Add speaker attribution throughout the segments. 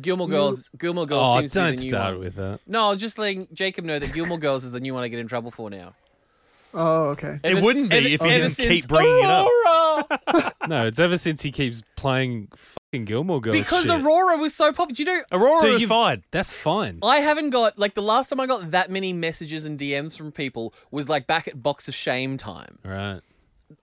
Speaker 1: Gilmore Girls. Gilmore Girls
Speaker 2: Oh,
Speaker 1: seems to be
Speaker 2: don't
Speaker 1: the new
Speaker 2: start
Speaker 1: one.
Speaker 2: with that.
Speaker 1: No, I was just letting Jacob know that Gilmore Girls is the new one I get in trouble for now.
Speaker 3: Oh, okay.
Speaker 1: Ever-
Speaker 2: wouldn't be
Speaker 1: ever-
Speaker 2: if he
Speaker 1: ever
Speaker 2: didn't keep
Speaker 1: since
Speaker 2: bringing it up. Oh,
Speaker 1: Aurora!
Speaker 2: No, it's ever since he keeps playing fucking Gilmore Girls.
Speaker 1: because
Speaker 2: shit.
Speaker 1: Aurora was so popular. Do you know?
Speaker 4: Aurora
Speaker 2: Dude,
Speaker 4: is
Speaker 2: you've-
Speaker 4: fine.
Speaker 2: That's fine.
Speaker 1: I haven't got like the last time I got that many messages and DMs from people was like back at Box of Shame time.
Speaker 2: Right.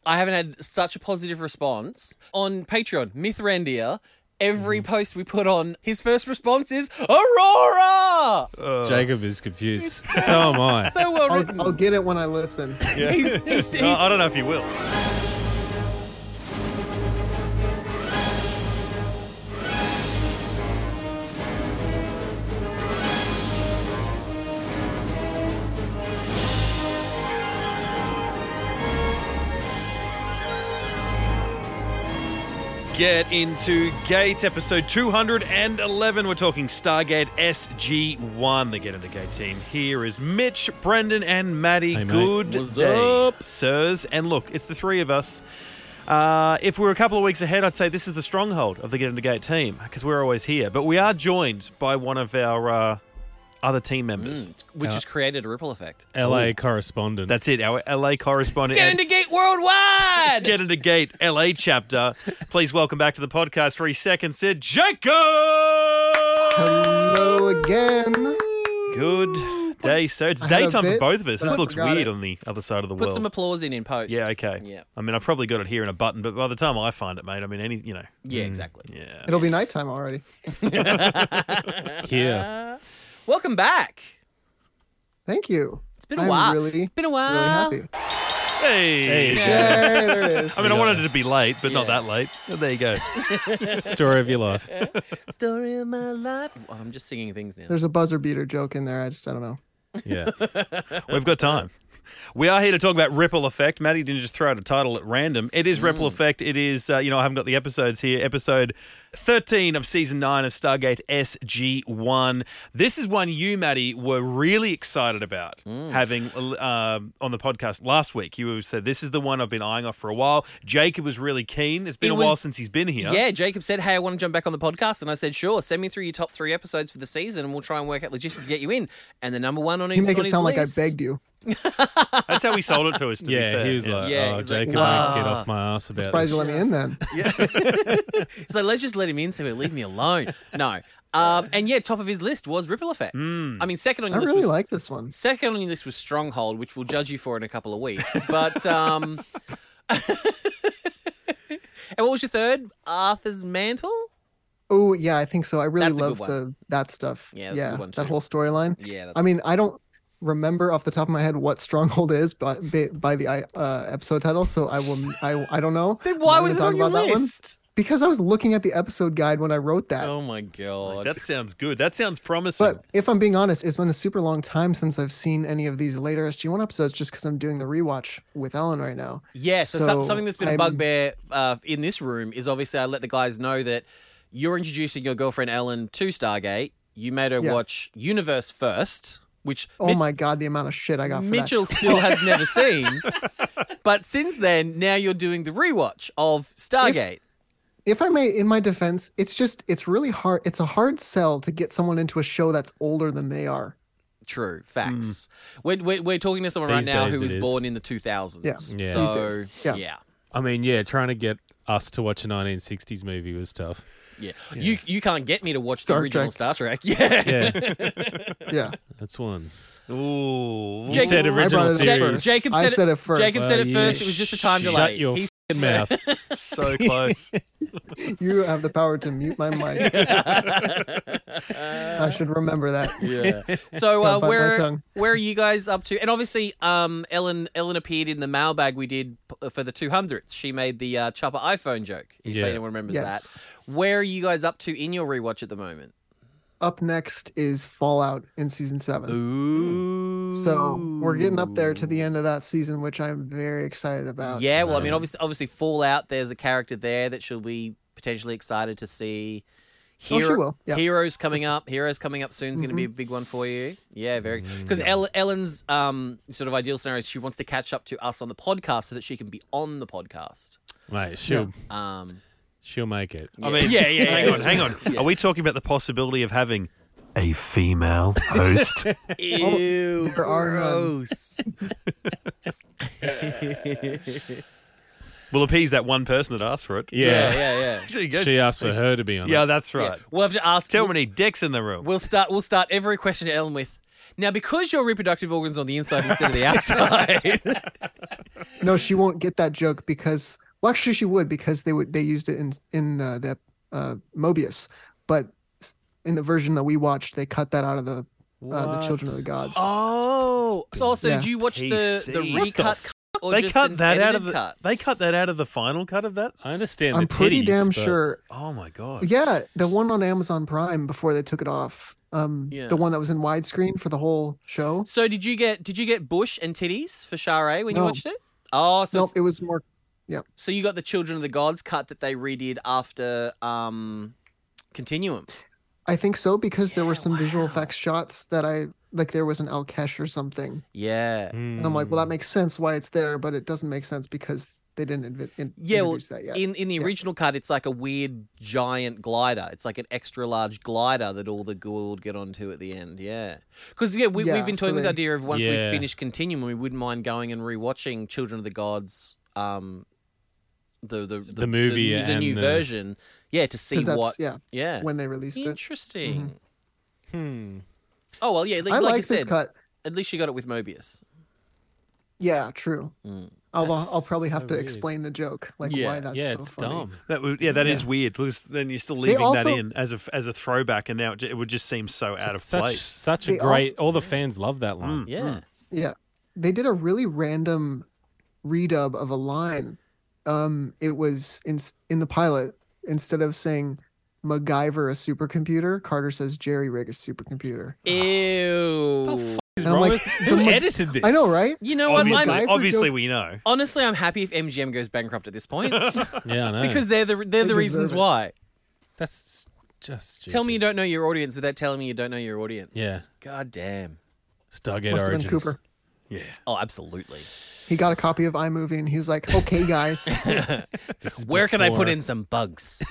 Speaker 1: I haven't had such a positive response on Patreon. Mythrandia,
Speaker 2: Mm-hmm.
Speaker 1: every post we put on, his first response is
Speaker 2: Uh,
Speaker 1: Aurora.
Speaker 2: Jacob is confused. so am I.
Speaker 1: so well written.
Speaker 3: I'll, I'll get it when I listen.
Speaker 1: He's- he's-
Speaker 4: No,
Speaker 1: he's-
Speaker 4: I don't know if you will. Get into Gate episode 211. We're talking Stargate SG1. The Get into Gate team here is Mitch, Brendan, and Maddie.
Speaker 2: Hey, mate.
Speaker 4: Good
Speaker 1: What's
Speaker 4: day,
Speaker 1: up?
Speaker 4: sirs. And look, it's the three of us. Uh, if we were a couple of weeks ahead, I'd say this is the stronghold of the Get into Gate team because we're always here. But we are joined by one of our uh, other team members.
Speaker 1: which has created a ripple effect.
Speaker 2: LA correspondent.
Speaker 4: That's it, our LA correspondent.
Speaker 1: Get
Speaker 4: and-
Speaker 1: into Gate Worldwide.
Speaker 4: Get into Gate LA chapter. Please welcome back to the podcast for a second, Sid Jacob.
Speaker 3: Hello again.
Speaker 4: Good day, sir. It's
Speaker 3: I had a
Speaker 4: daytime for
Speaker 3: bit,
Speaker 4: both of us.
Speaker 3: but
Speaker 4: This
Speaker 3: I
Speaker 4: looks
Speaker 3: forgot
Speaker 4: weird
Speaker 3: it.
Speaker 4: on the other side of the
Speaker 1: Put
Speaker 4: world.
Speaker 1: some applause in in post.
Speaker 4: yeah, okay.
Speaker 1: Yeah.
Speaker 4: I mean, I probably got it here in a button, but by the time I find it, mate, I mean, any, you know,
Speaker 1: Yeah, exactly.
Speaker 4: yeah.
Speaker 3: It'll be nighttime already.
Speaker 2: here.
Speaker 1: Welcome back.
Speaker 3: Thank you.
Speaker 1: It's been a
Speaker 3: I'm
Speaker 1: while.
Speaker 3: Really,
Speaker 1: it's been a while.
Speaker 3: really happy.
Speaker 4: Hey.
Speaker 2: Hey.
Speaker 3: Yay, there it is.
Speaker 4: I mean, I wanted it to be late, but not
Speaker 1: Yeah.
Speaker 4: that late. But there you go.
Speaker 2: Story of your life.
Speaker 1: Story of my life. Oh, I'm just singing things now.
Speaker 3: There's a buzzer beater joke in there. I just I don't know.
Speaker 2: Yeah.
Speaker 4: We've got time. We are here to talk about Ripple Effect. Maddie didn't just throw out a title at random. It is Ripple Effect. It is, uh, you know, I haven't got the episodes here. Episode 13 of season 9 of Stargate SG1. This is one you, Maddie, were really excited about having uh, on the podcast last week. You said, This is the one I've been eyeing off for a while. Jacob was really keen. It's been
Speaker 1: It
Speaker 4: a while
Speaker 1: was-
Speaker 4: since he's been here.
Speaker 1: Yeah. Jacob said, "Hey, I want to jump back on the podcast," and I said, "Sure, send me through your top three episodes for the season, and we'll try and work out logistics to get you in." And the number one on his
Speaker 3: You make
Speaker 1: on
Speaker 3: it
Speaker 1: his
Speaker 3: sound like I
Speaker 1: list-
Speaker 3: begged you.
Speaker 4: That's how he sold it to us, to be
Speaker 2: Yeah.
Speaker 4: fair.
Speaker 2: He was like,
Speaker 1: Yeah,
Speaker 2: oh,
Speaker 1: he's like,
Speaker 2: Jacob,
Speaker 1: "Wow."
Speaker 2: don't get off my ass about this.
Speaker 3: Surprised you let me in then.
Speaker 1: He's like, "Let's just let him in, so he'll leave me alone." no, um, and yeah, top of his list was Ripple Effect. I mean, second on
Speaker 3: I
Speaker 1: your list
Speaker 3: really
Speaker 1: was
Speaker 3: like this one.
Speaker 1: second on your list was Stronghold, which we'll judge you for in a couple of weeks. But um, and what was your third? Arthur's Mantle.
Speaker 3: Oh yeah, I think so. I really
Speaker 1: That's a good
Speaker 3: love
Speaker 1: one.
Speaker 3: the that stuff.
Speaker 1: Yeah, that's a good one
Speaker 3: that
Speaker 1: too.
Speaker 3: whole storyline.
Speaker 1: Yeah, that's
Speaker 3: I mean, I don't remember off the top of my head what Stronghold is, but by, by the uh, episode title, so I will. I I don't know.
Speaker 1: Then why
Speaker 3: I'm not
Speaker 1: was it
Speaker 3: gonna
Speaker 1: on
Speaker 3: talk
Speaker 1: your
Speaker 3: about that one.
Speaker 1: list?
Speaker 3: Because I was looking at the episode guide when I wrote that.
Speaker 1: Oh my god!
Speaker 4: That sounds good. That sounds promising.
Speaker 3: But if I'm being honest, it's been a super long time since I've seen any of these later SG1 episodes just because I'm doing the rewatch with Ellen right now.
Speaker 1: Yeah, so, some-
Speaker 3: So
Speaker 1: something that's been a
Speaker 3: I'm-
Speaker 1: bugbear uh, in this room is obviously I let the guys know that you're introducing your girlfriend Ellen to Stargate. You made her
Speaker 3: Yeah.
Speaker 1: watch Universe first, which
Speaker 3: Oh
Speaker 1: Mi-
Speaker 3: my God, the amount of shit I got for
Speaker 1: Mitchell still has never seen. But since then, now you're doing the rewatch of Stargate.
Speaker 3: that. If I may, in my defense, it's just, it's really hard. It's a hard sell to get someone into a show that's older than they are.
Speaker 1: True facts. We're, we're, we're talking to someone
Speaker 2: Mm. These
Speaker 1: right now
Speaker 2: days
Speaker 1: who
Speaker 2: it
Speaker 1: was
Speaker 2: is.
Speaker 1: born in the 2000s.
Speaker 3: Yeah,
Speaker 2: Yeah.
Speaker 3: these
Speaker 1: So
Speaker 3: days. Yeah.
Speaker 1: yeah.
Speaker 2: I mean, yeah, trying to get us to watch a 1960s movie was tough.
Speaker 1: Yeah. you you can't get me to watch
Speaker 3: Star
Speaker 1: the original
Speaker 3: Trek.
Speaker 1: Star Trek. Yeah,
Speaker 2: Yeah,
Speaker 3: Yeah.
Speaker 2: that's one.
Speaker 4: Ooh.
Speaker 2: You
Speaker 1: Jacob-
Speaker 2: said
Speaker 1: I
Speaker 2: original
Speaker 3: brought it up
Speaker 1: Ja-
Speaker 2: series.
Speaker 3: first.
Speaker 1: Jacob
Speaker 3: I
Speaker 1: said,
Speaker 3: said it first.
Speaker 1: Jacob said
Speaker 2: Oh,
Speaker 1: it
Speaker 2: you
Speaker 1: first. It was just a time
Speaker 2: shut
Speaker 1: delay.
Speaker 2: your
Speaker 1: He's
Speaker 2: f***ing mouth.
Speaker 4: so close.
Speaker 3: You have the power to mute my mic. I should remember that.
Speaker 1: Yeah. So uh,
Speaker 3: Can't bite my
Speaker 1: where
Speaker 3: tongue.
Speaker 1: where are you guys up to? And obviously, um, Ellen Ellen appeared in the mailbag we did p- uh, for the 200th. She made the uh, chopper iPhone joke. If
Speaker 2: Yeah.
Speaker 1: anyone remembers
Speaker 3: Yes.
Speaker 1: that. Where are you guys up to in your rewatch at the moment?
Speaker 3: Up next is Fallout in season seven.
Speaker 1: Ooh.
Speaker 3: So we're getting up there to the end of that season, which I'm very excited about.
Speaker 1: Yeah. Well, I mean, obviously, obviously, Fallout. There's a character there that she'll be potentially excited to see.
Speaker 3: Oh, she will, yeah. Mm-hmm.
Speaker 1: Heroes coming up. Heroes coming up soon is going to be a big one for you. Yeah, very. Because Ellen's um, sort of ideal scenario is she wants to catch up to us on the podcast so that she can be on the podcast.
Speaker 2: Mate, she'll
Speaker 1: Um,
Speaker 2: She'll make it.
Speaker 4: I mean, yeah, yeah. Hang on, hang on. Are we talking about the possibility of having a female host?
Speaker 1: Ew,
Speaker 3: Oh, there are, um,
Speaker 1: gross.
Speaker 4: we'll appease that one person that asked for it.
Speaker 1: yeah,
Speaker 2: Yeah.
Speaker 1: yeah, yeah.
Speaker 4: There you go.
Speaker 2: She asked for her to be on
Speaker 4: Yeah,
Speaker 2: it.
Speaker 4: that's right.
Speaker 1: We'll have to ask.
Speaker 4: Tell me many dicks in the room.
Speaker 1: We'll start. We'll start every question to Ellen with. Now, because your reproductive organs on the inside instead of the outside,
Speaker 3: No, she won't get that joke because well, actually, she would because they would they used it in in uh, the uh, Mobius, but s- in the version that we watched, they cut that out of the uh, the Children of the Gods.
Speaker 4: Oh,
Speaker 1: So also,
Speaker 3: Yeah.
Speaker 1: do you watch the the
Speaker 4: PC. What the
Speaker 1: recut
Speaker 4: f-
Speaker 1: cut or
Speaker 4: they
Speaker 1: just
Speaker 4: cut
Speaker 1: an
Speaker 4: that out
Speaker 1: edited
Speaker 4: of the.
Speaker 1: cut?
Speaker 4: They cut that out of the final cut of that.
Speaker 2: I understand
Speaker 3: I'm
Speaker 2: the titties.
Speaker 3: pretty damn
Speaker 2: but-
Speaker 3: sure.
Speaker 4: Oh my god.
Speaker 3: Yeah, the one on Amazon Prime before they took it off. Um,
Speaker 1: Yeah.
Speaker 3: the one that was in widescreen for the whole show.
Speaker 1: So did you get did you get bush and titties for Sharae when you
Speaker 3: No.
Speaker 1: watched it? Oh, so
Speaker 3: No,
Speaker 1: it's-
Speaker 3: it was more. Yeah,
Speaker 1: so you got the Children of the Gods cut that they redid after um Continuum.
Speaker 3: I think so because there were
Speaker 1: Yeah,
Speaker 3: some visual
Speaker 1: wow.
Speaker 3: effects shots that I like. There was an Alkesh or something.
Speaker 1: Yeah.
Speaker 3: And I'm like, well, that
Speaker 1: Mm.
Speaker 3: makes sense why it's there, but it doesn't make sense because they didn't inv- in-
Speaker 1: Yeah, well,
Speaker 3: introduce that yet.
Speaker 1: In in the
Speaker 3: Yeah.
Speaker 1: original cut, it's like a weird giant glider. It's like an extra large glider that all the gould get onto at the end. Yeah, because yeah, we,
Speaker 3: Yeah,
Speaker 1: we've been
Speaker 3: so
Speaker 1: toying with the
Speaker 3: then-
Speaker 1: idea of once
Speaker 2: Yeah.
Speaker 1: we finish Continuum, we wouldn't mind going and rewatching Children of the Gods, um, the the the,
Speaker 2: movie
Speaker 1: the,
Speaker 2: and
Speaker 1: new
Speaker 2: the-
Speaker 1: version. Yeah, to see
Speaker 3: 'Cause that's
Speaker 1: what.
Speaker 3: yeah,
Speaker 1: Yeah.
Speaker 3: when they released it.
Speaker 1: Interesting. Hmm. Oh well, yeah. Like,
Speaker 3: I
Speaker 1: like
Speaker 3: like
Speaker 1: I
Speaker 3: this
Speaker 1: said,
Speaker 3: cut.
Speaker 1: at least you got it with Mobius.
Speaker 3: Yeah, true. Although I'll, I'll probably have
Speaker 2: so
Speaker 3: to
Speaker 2: weird.
Speaker 3: explain the joke, like
Speaker 1: Mm. Yeah.
Speaker 3: why that's
Speaker 2: yeah,
Speaker 3: so
Speaker 2: it's
Speaker 3: funny.
Speaker 2: dumb.
Speaker 4: That would, yeah, that is weird. Because then you're still leaving that
Speaker 3: also-
Speaker 4: in as a as a throwback, and now it, j- it would just seem so out of
Speaker 2: Such
Speaker 4: place.
Speaker 2: such a
Speaker 3: They
Speaker 2: great. all the fans love that line.
Speaker 1: Yeah.
Speaker 3: Yeah, they did a really random redub of a line. Um, it was in in the pilot instead of saying MacGyver a supercomputer, Carter says Jerry Rig a supercomputer.
Speaker 1: Hmm. Ew.
Speaker 2: Who's
Speaker 3: And I'm
Speaker 2: wrong
Speaker 3: like,
Speaker 2: with-
Speaker 3: the
Speaker 2: who
Speaker 3: mo-
Speaker 2: edited this?
Speaker 3: I know, right?
Speaker 1: You know what?
Speaker 4: Obviously,
Speaker 1: I'm,
Speaker 3: I've
Speaker 4: obviously
Speaker 3: rejo-
Speaker 4: we know.
Speaker 1: honestly, I'm happy if MGM goes bankrupt at this point.
Speaker 2: Yeah, I know.
Speaker 1: because they're the they're the
Speaker 3: deserve
Speaker 1: reasons
Speaker 3: it.
Speaker 1: why.
Speaker 2: that's just. Stupid.
Speaker 1: Tell me you don't know your audience without telling me you don't know your audience.
Speaker 2: Yeah.
Speaker 1: God damn.
Speaker 2: Stargate
Speaker 3: Must have
Speaker 2: Origins.
Speaker 3: been Cooper.
Speaker 4: Yeah.
Speaker 1: Oh, absolutely.
Speaker 3: He got a copy of iMovie and he's like, "Okay, guys."
Speaker 2: This is
Speaker 1: Where can I put
Speaker 2: before-
Speaker 1: in some bugs?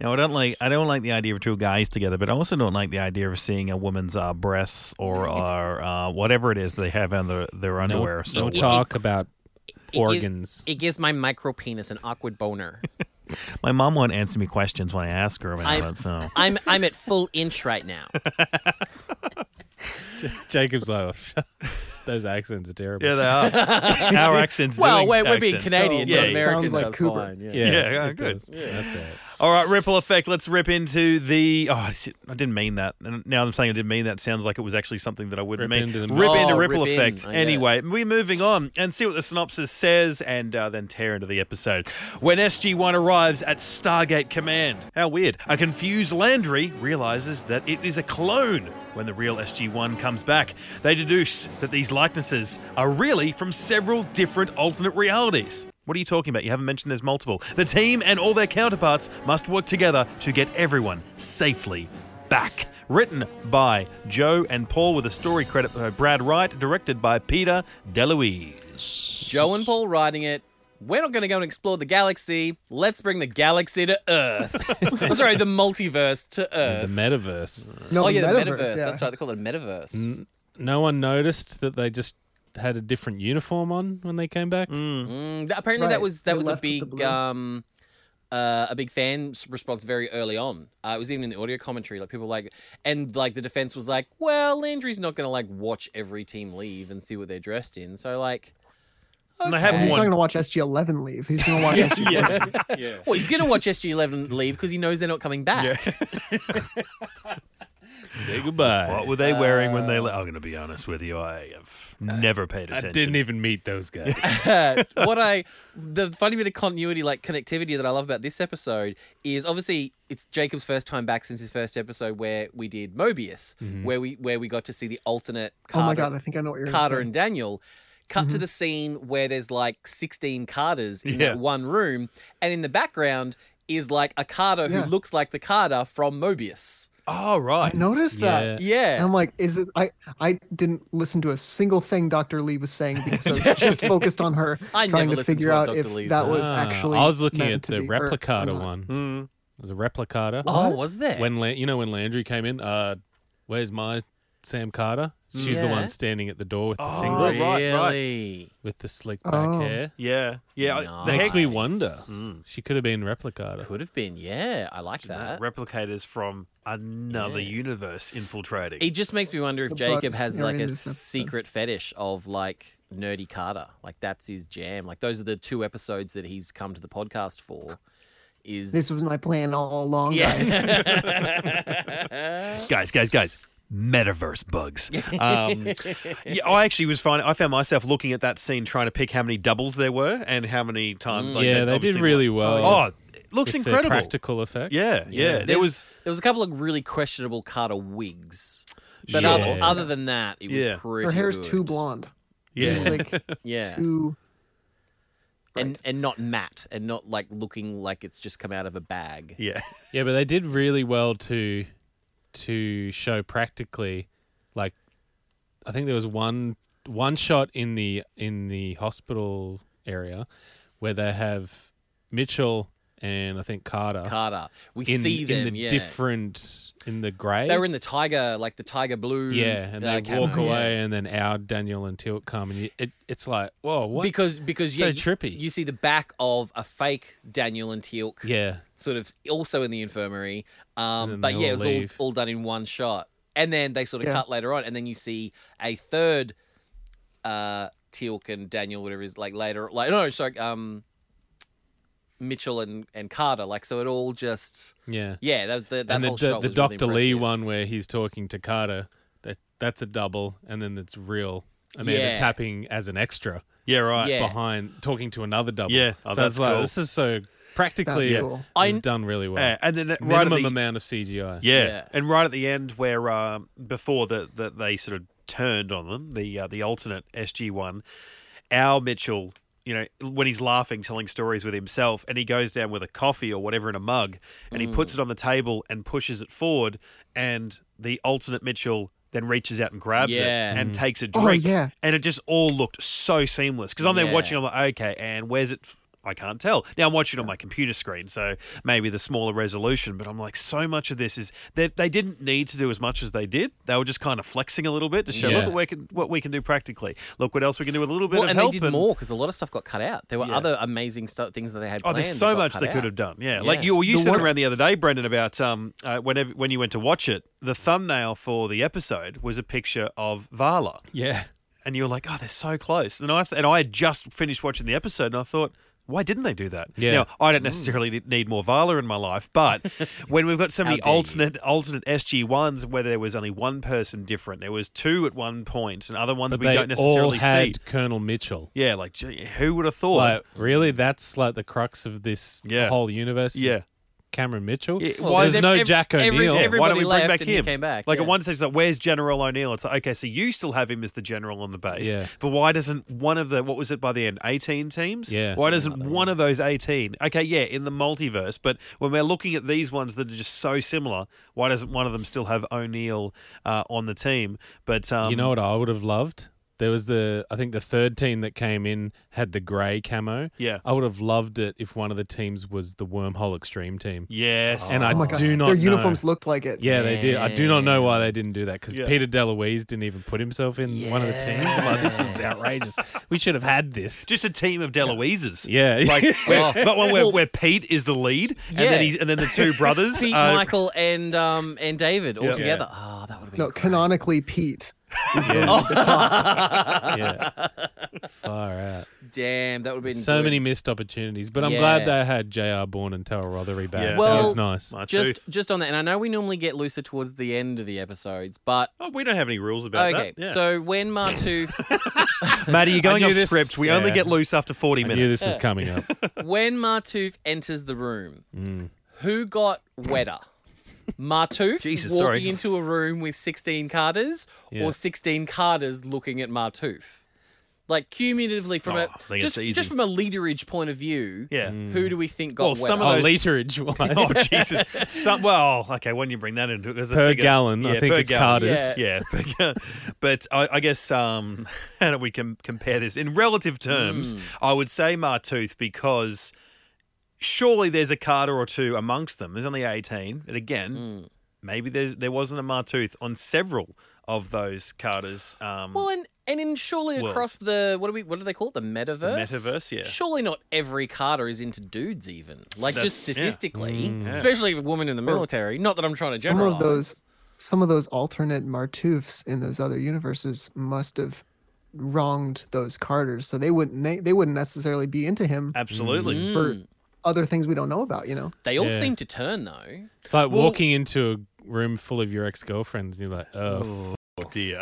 Speaker 4: Now I don't like I don't like the idea of two guys together, but I also don't like the idea of seeing a woman's uh, breasts or
Speaker 1: Mm-hmm.
Speaker 4: or uh, whatever it is they have on their, their
Speaker 2: No,
Speaker 4: underwear. so
Speaker 2: no talk about
Speaker 1: gi-
Speaker 2: organs.
Speaker 1: it gives my micro penis an awkward boner.
Speaker 4: my mom won't answer me questions when I ask her about
Speaker 1: I'm-
Speaker 4: it. So
Speaker 1: I'm I'm at full inch right now.
Speaker 2: Jacob's like, those accents are terrible.
Speaker 4: yeah, they are. Our accents.
Speaker 1: well,
Speaker 4: doing
Speaker 1: we're, we're being
Speaker 4: accents.
Speaker 1: Canadian,
Speaker 3: So,
Speaker 1: not
Speaker 4: yeah, it
Speaker 1: American,
Speaker 3: sounds
Speaker 1: so
Speaker 3: like
Speaker 1: it's
Speaker 3: Cooper.
Speaker 1: fine. Yeah.
Speaker 4: Yeah, yeah, good.
Speaker 2: That's it.
Speaker 4: All right, ripple effect. Let's rip into the. Oh, shit, I didn't mean that. And now I'm saying I didn't mean that. Sounds like it was actually something that I wouldn't
Speaker 2: Rip
Speaker 4: mean.
Speaker 2: into the-
Speaker 4: rip into
Speaker 1: Oh,
Speaker 4: ripple
Speaker 1: rip in.
Speaker 4: effect.
Speaker 1: I get it.
Speaker 4: Anyway, we're moving on and see what the synopsis says, and uh, then tear into the episode. When SG One arrives at Stargate Command, how weird! A confused Landry realizes that it is a clone. When the real SG One comes back, they deduce that these likenesses are really from several different alternate realities. What are you talking about? You haven't mentioned there's multiple. The team and all their counterparts must work together to get everyone safely back. Written by Joe and Paul with a story credit by Brad Wright, directed by Peter DeLuise.
Speaker 1: Joe and Paul writing it. We're not going to go and explore the galaxy. Let's bring the galaxy to Earth. oh, sorry, the multiverse to
Speaker 2: The
Speaker 1: Earth.
Speaker 2: metaverse.
Speaker 3: No,
Speaker 1: oh, yeah, the metaverse.
Speaker 3: yeah.
Speaker 1: That's right. They call it a metaverse.
Speaker 2: No one noticed that they just had a different uniform on when they came back.
Speaker 1: Mm, that- apparently that
Speaker 3: Right.
Speaker 1: was that
Speaker 3: They
Speaker 1: was a
Speaker 3: left with the
Speaker 1: big
Speaker 3: blue.
Speaker 1: um uh, a big fan s- response very early on. Uh, it was even in the audio commentary. Like people were like, and like the defense was like, "Well, Landry's not gonna like watch every team leave and see what they're dressed in." So like,
Speaker 4: And they have
Speaker 3: He's not
Speaker 4: one.
Speaker 3: going to watch SG11 leave. He's going to watch SG.
Speaker 2: Yeah.
Speaker 1: well, he's gonna watch SG Eleven leave because he knows they're not coming back.
Speaker 2: Say goodbye.
Speaker 4: What were they wearing when they left? I'm going to be honest with you. I have never paid
Speaker 2: I
Speaker 4: attention.
Speaker 2: didn't even meet those guys.
Speaker 1: what I the funny bit of continuity, like connectivity that I love about this episode is obviously it's Jacob's first time back since his first episode where we did Mobius, where we where we got to see the alternate.
Speaker 3: Oh my
Speaker 1: Carter-
Speaker 3: god, I think I know what you're
Speaker 1: Carter
Speaker 3: going
Speaker 1: and Daniel. Cut
Speaker 3: Mm-hmm.
Speaker 1: to the scene where there's like 16 Carters in
Speaker 4: Yeah.
Speaker 1: that one room, and in the background is like a Carter
Speaker 3: Yeah.
Speaker 1: who looks like the Carter from Mobius.
Speaker 4: Oh, right.
Speaker 3: I noticed that.
Speaker 2: Yeah.
Speaker 1: Yeah.
Speaker 3: And I'm like, is it? I I didn't listen to a single thing Dr. Lee was saying because I was just focused on her
Speaker 1: I
Speaker 3: trying
Speaker 1: never
Speaker 3: to
Speaker 1: listened
Speaker 3: figure
Speaker 1: to what
Speaker 3: out
Speaker 1: Dr.
Speaker 3: if
Speaker 1: Lee
Speaker 3: that
Speaker 1: said.
Speaker 3: was
Speaker 2: Ah,
Speaker 3: actually.
Speaker 2: I was looking
Speaker 3: meant
Speaker 2: at
Speaker 3: to
Speaker 2: the
Speaker 3: be her or
Speaker 2: replicator
Speaker 3: not.
Speaker 2: one.
Speaker 4: Mm.
Speaker 2: There's a replicator.
Speaker 1: Oh,
Speaker 3: What?
Speaker 1: was there?
Speaker 2: When La- you know when Landry came in, uh, where's my Sam Carter? She's the
Speaker 1: Yeah.
Speaker 2: one standing at the door with the
Speaker 4: Oh,
Speaker 2: singlet,
Speaker 4: right, right.
Speaker 1: Really?
Speaker 2: with the slick back
Speaker 3: Oh.
Speaker 2: hair.
Speaker 4: Yeah. Yeah. I-
Speaker 1: Nice.
Speaker 4: The
Speaker 2: Makes
Speaker 4: heck Hmm.
Speaker 2: me wonder.
Speaker 1: Mm.
Speaker 2: She could have been replicator.
Speaker 1: Could have been. Yeah, I like that.
Speaker 4: replicators from another
Speaker 1: Yeah.
Speaker 4: universe infiltrating.
Speaker 1: It just makes me wonder if
Speaker 3: The
Speaker 1: Jacob
Speaker 3: bugs
Speaker 1: has
Speaker 3: are
Speaker 1: like
Speaker 3: in
Speaker 1: a
Speaker 3: this episode.
Speaker 1: secret fetish of like nerdy Carter. Like that's his jam. Like those are the two episodes that he's come to the podcast for. Is
Speaker 3: This was my plan all along, guys.
Speaker 1: yes.
Speaker 4: guys, guys, guys. Metaverse bugs. Um, yeah, I actually was finding. I found myself looking at that scene, trying to pick how many doubles there were and how many times. like,
Speaker 2: yeah,
Speaker 4: they'd
Speaker 2: they did
Speaker 4: obviously-
Speaker 2: really well.
Speaker 4: Oh, it looks
Speaker 2: with their
Speaker 4: incredible.
Speaker 2: practical effects.
Speaker 4: Yeah, yeah. There
Speaker 1: There's-
Speaker 4: was
Speaker 1: there was a couple of really questionable Carter wigs, but
Speaker 4: Sure.
Speaker 1: other, other than that, it was
Speaker 4: Yeah. Her
Speaker 1: pretty.
Speaker 3: Her hair's
Speaker 1: good.
Speaker 3: too blonde.
Speaker 4: yeah.
Speaker 3: It's like
Speaker 1: Yeah,
Speaker 3: too.
Speaker 1: and and not matte, and not like looking like it's just come out of a bag.
Speaker 4: Yeah.
Speaker 2: Yeah, but they did really well to to show practically like I think there was one one shot in the in the hospital area where they have Mitchell and I think Carter
Speaker 1: Carter, we
Speaker 2: in,
Speaker 1: see them.
Speaker 2: in the
Speaker 1: yeah.
Speaker 2: different in the grey.
Speaker 1: They were in the tiger, like the tiger blue.
Speaker 2: yeah, and
Speaker 1: uh,
Speaker 2: they
Speaker 1: camo,
Speaker 2: walk
Speaker 1: yeah.
Speaker 2: away, and then our Daniel and Tilt come, and you, it, it's like, whoa, what?
Speaker 1: because because
Speaker 2: So
Speaker 1: yeah,
Speaker 2: trippy.
Speaker 1: You, you see the back of a fake Daniel and Teal'c,
Speaker 2: yeah,
Speaker 1: sort of also in the infirmary. Um,
Speaker 2: then
Speaker 1: but yeah,
Speaker 2: they all
Speaker 1: it was
Speaker 2: leave.
Speaker 1: all all done in one shot, and then they sort of
Speaker 3: Yeah.
Speaker 1: cut later on, and then you see a third uh, Teal'c and Daniel, whatever is like later, like no, sorry, um, Mitchell and and Carter, like so it all just
Speaker 2: yeah.
Speaker 1: yeah, that, that, that
Speaker 2: and the,
Speaker 1: whole
Speaker 2: the,
Speaker 1: shot
Speaker 2: the
Speaker 1: was really
Speaker 2: Doctor Lee
Speaker 1: impressive.
Speaker 2: one where he's talking to Carter, that that's a double, and then it's real, and then it's
Speaker 1: Yeah.
Speaker 2: happening as an extra
Speaker 4: Yeah, right.
Speaker 1: Yeah.
Speaker 2: behind talking to another double.
Speaker 4: Yeah. Oh,
Speaker 2: so
Speaker 4: that's
Speaker 2: it's like,
Speaker 4: cool.
Speaker 2: this is so practically
Speaker 3: That's cool.
Speaker 1: I-
Speaker 2: it's done really well.
Speaker 4: Uh, and then right at
Speaker 2: Minimum
Speaker 4: the-
Speaker 2: amount of CGI.
Speaker 4: Yeah.
Speaker 1: Yeah.
Speaker 4: and right at the end, where um before that that they sort of turned on them, the uh, the alternate SG one, Al Mitchell, you know, when he's laughing, telling stories with himself, and he goes down with a coffee or whatever in a mug, and
Speaker 1: Mm.
Speaker 4: he puts it on the table and pushes it forward, and the alternate Mitchell then reaches out and grabs
Speaker 1: Yeah.
Speaker 4: it and takes a
Speaker 3: Oh,
Speaker 4: drink,
Speaker 3: yeah.
Speaker 4: and it just all looked so seamless because I'm there
Speaker 1: Yeah.
Speaker 4: watching, I'm like, okay, and where's it? I can't tell. Now I'm watching it on my computer screen, so maybe the smaller resolution, but I'm like, so much of this is that they, didn't need to do as much as they did. They were just kind of flexing a little bit to show,
Speaker 2: Yeah.
Speaker 4: look at where can, what we can do practically. Look what else we can do with a little bit
Speaker 1: Well,
Speaker 4: of
Speaker 1: and
Speaker 4: help.
Speaker 1: they did more because a lot of stuff got cut out. There were
Speaker 4: Yeah.
Speaker 1: other amazing stuff, things that they had.
Speaker 4: Oh,
Speaker 1: planned
Speaker 4: there's
Speaker 1: that
Speaker 4: so
Speaker 1: got
Speaker 4: much
Speaker 1: cut
Speaker 4: they could
Speaker 1: out.
Speaker 4: have done. Yeah,
Speaker 1: Yeah.
Speaker 4: like you, well, you
Speaker 3: The
Speaker 4: said
Speaker 3: one-
Speaker 4: around the other day, Brendan, about um, uh, whenever when you went to watch it, the thumbnail for the episode was a picture of Vala.
Speaker 2: yeah.
Speaker 4: and you were like, "Oh, they're so close." And I th- and I had just finished watching the episode, and I thought, "Why didn't they do that?"
Speaker 2: Yeah. Mm.
Speaker 4: Now, I don't necessarily ne- need more Vala in my life, but when we've got so
Speaker 1: How
Speaker 4: many
Speaker 1: dare you.
Speaker 4: alternate alternate SG ones where there was only one person different, there was two at one point, and other ones
Speaker 2: But
Speaker 4: we
Speaker 2: they
Speaker 4: don't
Speaker 2: all
Speaker 4: necessarily
Speaker 2: had
Speaker 4: see.
Speaker 2: Colonel Mitchell.
Speaker 4: Yeah, like gee, who would have thought?
Speaker 2: Like really, that's like the crux of this
Speaker 4: Yeah.
Speaker 2: whole universe. is
Speaker 4: Yeah.
Speaker 2: Cameron Mitchell.
Speaker 4: Yeah,
Speaker 1: Well,
Speaker 4: why
Speaker 2: There's
Speaker 1: ev-
Speaker 2: no
Speaker 1: ev-
Speaker 2: Jack
Speaker 1: every-
Speaker 2: O'Neill.
Speaker 1: every-
Speaker 4: Oh, Why
Speaker 1: everybody
Speaker 4: don't we bring
Speaker 1: left
Speaker 4: back
Speaker 1: and he
Speaker 4: him?
Speaker 1: came back,
Speaker 4: Like
Speaker 1: yeah.
Speaker 4: at one stage, it's like, "Where's General O'Neill?" It's like, "Okay, so you still have him as the general on the base,
Speaker 2: Yeah.
Speaker 4: but why doesn't one of the what was it by the end, eighteen teams?
Speaker 2: Yeah.
Speaker 4: why doesn't one of those eighteen? Okay, yeah, in the multiverse, but when we're looking at these ones that are just so similar, why doesn't one of them still have O'Neill uh, on the team? But um,
Speaker 2: you know what I would have loved? There was the I think the third team that came in had the grey camo.
Speaker 4: Yeah.
Speaker 2: I would have loved it if one of the teams was the Wormhole Extreme team.
Speaker 4: yes,
Speaker 2: And
Speaker 3: Oh
Speaker 2: I
Speaker 3: my god,
Speaker 2: do not
Speaker 3: their
Speaker 2: know.
Speaker 3: uniforms looked like it.
Speaker 2: Yeah, they did. I do not know why they didn't do that because Peter DeLuise didn't even put himself in one of the teams. I'm like, this is outrageous. we should have had this.
Speaker 4: just a team of Deloises.
Speaker 2: Yeah.
Speaker 4: Like, where,
Speaker 1: Oh.
Speaker 4: but one where,
Speaker 1: Well-
Speaker 4: where Pete is the lead, and
Speaker 1: Yeah.
Speaker 4: then he's, and then the two brothers,
Speaker 1: Pete,
Speaker 4: uh,
Speaker 1: Michael, and um and David all
Speaker 4: Yeah.
Speaker 1: together. Oh, that would have been
Speaker 3: No,
Speaker 1: great.
Speaker 3: canonically Pete.
Speaker 2: yeah. Far out.
Speaker 1: Damn, that would have been
Speaker 2: So
Speaker 1: good.
Speaker 2: many missed opportopportunities. But I'm
Speaker 1: Yeah.
Speaker 2: glad they had J.R. Bourne and Tara Rothery back.
Speaker 4: Yeah.
Speaker 2: that
Speaker 1: Well-
Speaker 2: was nice.
Speaker 4: My
Speaker 1: Just
Speaker 4: tooth.
Speaker 1: just on that, and I know we normally get looser towards the end of the episodes, but
Speaker 4: Oh, we don't have any rules about
Speaker 1: okay.
Speaker 4: that. Yeah.
Speaker 1: So when Martouf,
Speaker 4: Matty, you're going
Speaker 2: I knew
Speaker 4: off
Speaker 2: this-
Speaker 4: script. We only
Speaker 2: yeah.
Speaker 4: get loose after 40
Speaker 2: I
Speaker 4: minutes.
Speaker 2: knew this was coming up. Oh,
Speaker 1: when Martouf enters the room,
Speaker 4: Mm.
Speaker 1: who got wetter? Martouf
Speaker 4: Jesus,
Speaker 1: walking
Speaker 4: sorry.
Speaker 1: into a room with sixteen Carters,
Speaker 2: Yeah.
Speaker 1: or sixteen Carters looking at Martouf? Like cumulatively from
Speaker 4: Oh, I
Speaker 1: a
Speaker 4: think it's
Speaker 1: just,
Speaker 4: easy.
Speaker 1: just from a leaderage point of view,
Speaker 4: Yeah.
Speaker 1: who do we think got
Speaker 4: Well, some
Speaker 2: Oh,
Speaker 4: of
Speaker 1: wetter?
Speaker 2: literage
Speaker 4: those-
Speaker 2: wise.
Speaker 4: Oh Jesus! Some, well, okay. When you bring that into it, there's a
Speaker 2: Per
Speaker 4: figure-
Speaker 2: gallon, I
Speaker 4: yeah,
Speaker 2: think
Speaker 4: per
Speaker 2: it's
Speaker 4: gallon.
Speaker 2: Carter's.
Speaker 4: Yeah, per gallon. but I, I guess um, how do we com- compare this in relative terms?
Speaker 1: Hmm.
Speaker 4: I would say Martooth because surely there's a Carter or two amongst them. There's only eighteen, and again,
Speaker 1: Hmm.
Speaker 4: maybe there's, there wasn't a Martooth on several of those Carters. Um,
Speaker 1: Well, and and in surely
Speaker 4: Worlds.
Speaker 1: across the what do we what do they call it the metaverse?
Speaker 4: metaverse, yeah.
Speaker 1: Surely not every Carter is into dudes even like
Speaker 4: That's-
Speaker 1: just
Speaker 4: yeah.
Speaker 1: statistically,
Speaker 4: yeah.
Speaker 1: especially a woman in the military. Not that I'm trying to
Speaker 3: Mm. Some
Speaker 1: generalize.
Speaker 3: of those, some of those alternate Martoofs in those other universes must have wronged those Carters, so they wouldn't ne- they wouldn't necessarily be into him
Speaker 4: Uh, absolutely.
Speaker 2: Mm.
Speaker 3: for other things we don't know about. You know,
Speaker 1: They all
Speaker 2: Yeah.
Speaker 1: seem to turn though.
Speaker 2: It's like
Speaker 4: Well-
Speaker 2: walking into a room full of your ex girlfriends and you're like, oh,
Speaker 4: Oh dear.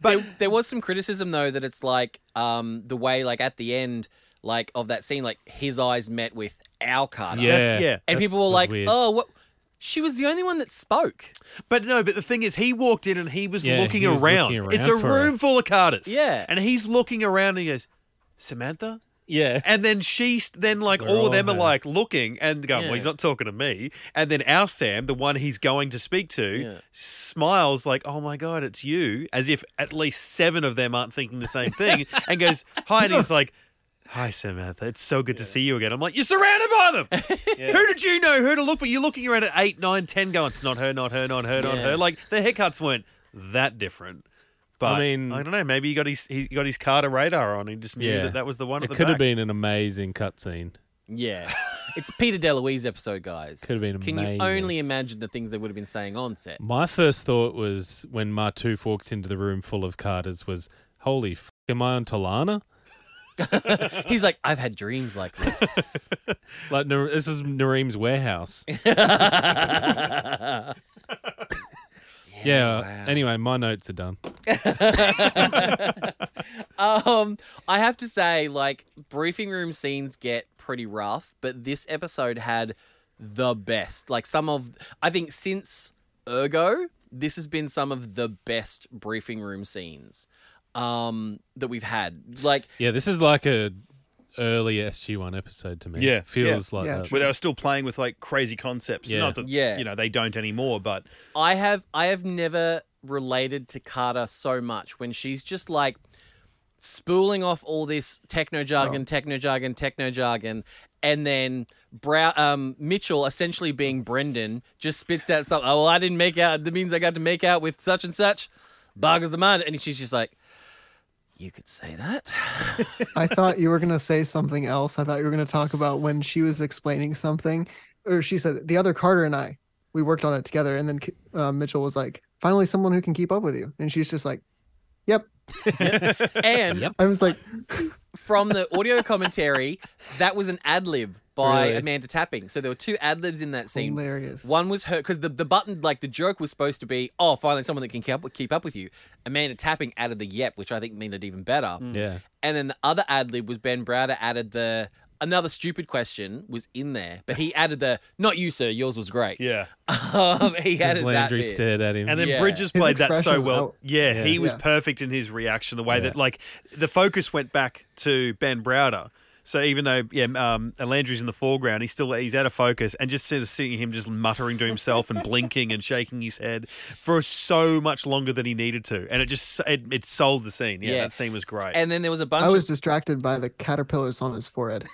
Speaker 1: But there, there was some criticism though that it's like um the way like at the end like of that scene like his eyes met with our Carter.
Speaker 2: yeah.
Speaker 4: That's- yeah.
Speaker 1: and people were
Speaker 2: that's
Speaker 1: like,
Speaker 2: weird.
Speaker 1: oh what. She was the only one that spoke.
Speaker 4: But no, but the thing is, he walked in and he was,
Speaker 2: Yeah,
Speaker 4: looking,
Speaker 2: he was
Speaker 4: around.
Speaker 2: looking around
Speaker 4: It's a
Speaker 2: for
Speaker 4: room
Speaker 2: her.
Speaker 4: full of Carters.
Speaker 1: Yeah.
Speaker 4: And he's looking around and he goes, Samantha?
Speaker 2: yeah.
Speaker 4: And then she's then like
Speaker 2: We're
Speaker 4: all,
Speaker 2: all
Speaker 4: of them
Speaker 2: there.
Speaker 4: are like looking and going,
Speaker 1: Yeah.
Speaker 4: well, he's not talking to me. And then our Sam, the one he's going to speak to,
Speaker 1: Yeah.
Speaker 4: smiles like, oh my God, it's you. As if at least seven of them aren't thinking the same thing and goes, hi. And he's like, hi, Samantha. It's so good to see you again. I'm like, you're surrounded by them. Who did you know who to look for? You're looking around at eight, nine, ten going, it's not her, not her, not her, not
Speaker 1: Yeah.
Speaker 4: her. Like the haircuts weren't that different. But I mean,
Speaker 2: mean-
Speaker 4: I don't know. Maybe he got his he got his Carter radar on. He just knew
Speaker 2: Yeah.
Speaker 4: that that was the one. at
Speaker 2: It
Speaker 4: the
Speaker 2: could
Speaker 4: back.
Speaker 2: have been an amazing cutscene.
Speaker 1: Yeah. it's Peter DeLuise episode, guys.
Speaker 2: Could've been
Speaker 1: Can you
Speaker 2: amazing.
Speaker 1: only imagine the things they would have been saying on set?
Speaker 2: My first thought was when Martouf walks into the room full of Carters was, holy f- am I on Talana?
Speaker 1: He's like, I've had dreams like this.
Speaker 2: Like, Nar- this is Nareem's warehouse.
Speaker 1: yeah.
Speaker 2: yeah.
Speaker 1: wow.
Speaker 2: Anyway, my notes are done.
Speaker 1: Um, I have to say, like, briefing room scenes get pretty rough, but this episode had the best. Like, some of, I think, since Ergo, this has been some of the best briefing room scenes um that we've had like
Speaker 2: Yeah, this is like a early SG1 episode to me.
Speaker 4: Yeah,
Speaker 2: Feels like
Speaker 3: Yeah,
Speaker 2: that.
Speaker 4: where they were still playing with like crazy concepts.
Speaker 2: Yeah.
Speaker 4: Not that
Speaker 1: Yeah.
Speaker 4: you know they don't anymore, but
Speaker 1: I have I have never related to Carter so much when she's just like spooling off all this techno jargon, techno jargon, techno jargon, and then Brow- um, Mitchell essentially being Brendan just spits out something. Oh, well, I didn't make out. That means I got to make out with such and such. Boggles the mind, and she's just like, "You could say that."
Speaker 3: I thought you were gonna say something else. I thought you were gonna talk about when she was explaining something, or she said the other Carter and I, we worked on it together, and then uh, Mitchell was like, "Finally, someone who can keep up with you," and she's just like, "Yep."
Speaker 1: And
Speaker 3: I was like,
Speaker 1: from the audio commentary, that was an ad lib by
Speaker 2: Really?
Speaker 1: Amanda Tapping. So there were two ad libs in that scene.
Speaker 3: hilarious.
Speaker 1: One was her because the, the button like the joke was supposed to be oh finally someone that can keep up, keep up with you. Amanda tapping added the yep, which I think made it even better.
Speaker 2: Yeah.
Speaker 1: And then the other ad lib was Ben Browder added the another stupid question was in there, but he added the not you sir, yours was great.
Speaker 4: yeah.
Speaker 1: Um, he
Speaker 2: Because
Speaker 1: added
Speaker 2: Landry
Speaker 1: that bit.
Speaker 2: stared at him.
Speaker 4: And then
Speaker 1: Yeah.
Speaker 4: Bridges played that so
Speaker 3: expression,
Speaker 4: well.
Speaker 3: oh,
Speaker 4: yeah, he was
Speaker 3: Yeah.
Speaker 4: perfect in his reaction. The way that
Speaker 2: Yeah.
Speaker 4: like the focus went back to Ben Browder. So even though yeah, um, Landry's in the foreground, he's still he's out of focus, and just sort of seeing him just muttering to himself and blinking and shaking his head for so much longer than he needed to, and it just it, it sold the scene. Yeah,
Speaker 1: Yeah.
Speaker 4: that scene was great.
Speaker 1: And then there was a bunch
Speaker 3: I was
Speaker 1: of
Speaker 3: distracted by the caterpillars on his forehead.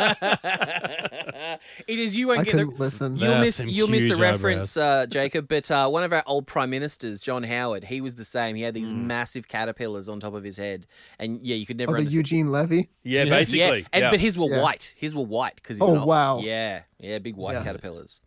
Speaker 1: uh, it is you won't
Speaker 3: I
Speaker 1: get the
Speaker 3: couldn't listen.
Speaker 2: That-
Speaker 1: You'll
Speaker 2: There are
Speaker 1: miss
Speaker 2: some
Speaker 1: you'll miss the
Speaker 2: huge
Speaker 1: reference, uh, Jacob. But uh, one of our old prime ministers, John Howard, he was the same. He had these
Speaker 2: Mm.
Speaker 1: massive caterpillars on top of his head, and yeah, you could never
Speaker 3: Oh, the
Speaker 1: understand.
Speaker 3: Eugene Levy.
Speaker 4: yeah,
Speaker 2: Yeah.
Speaker 4: basically.
Speaker 1: Yeah, and
Speaker 4: yeah.
Speaker 1: but his were
Speaker 3: Yeah.
Speaker 1: white. His were white because he's
Speaker 3: Oh,
Speaker 1: an old-
Speaker 3: wow.
Speaker 1: Yeah, yeah, big white
Speaker 3: Yeah.
Speaker 1: caterpillars.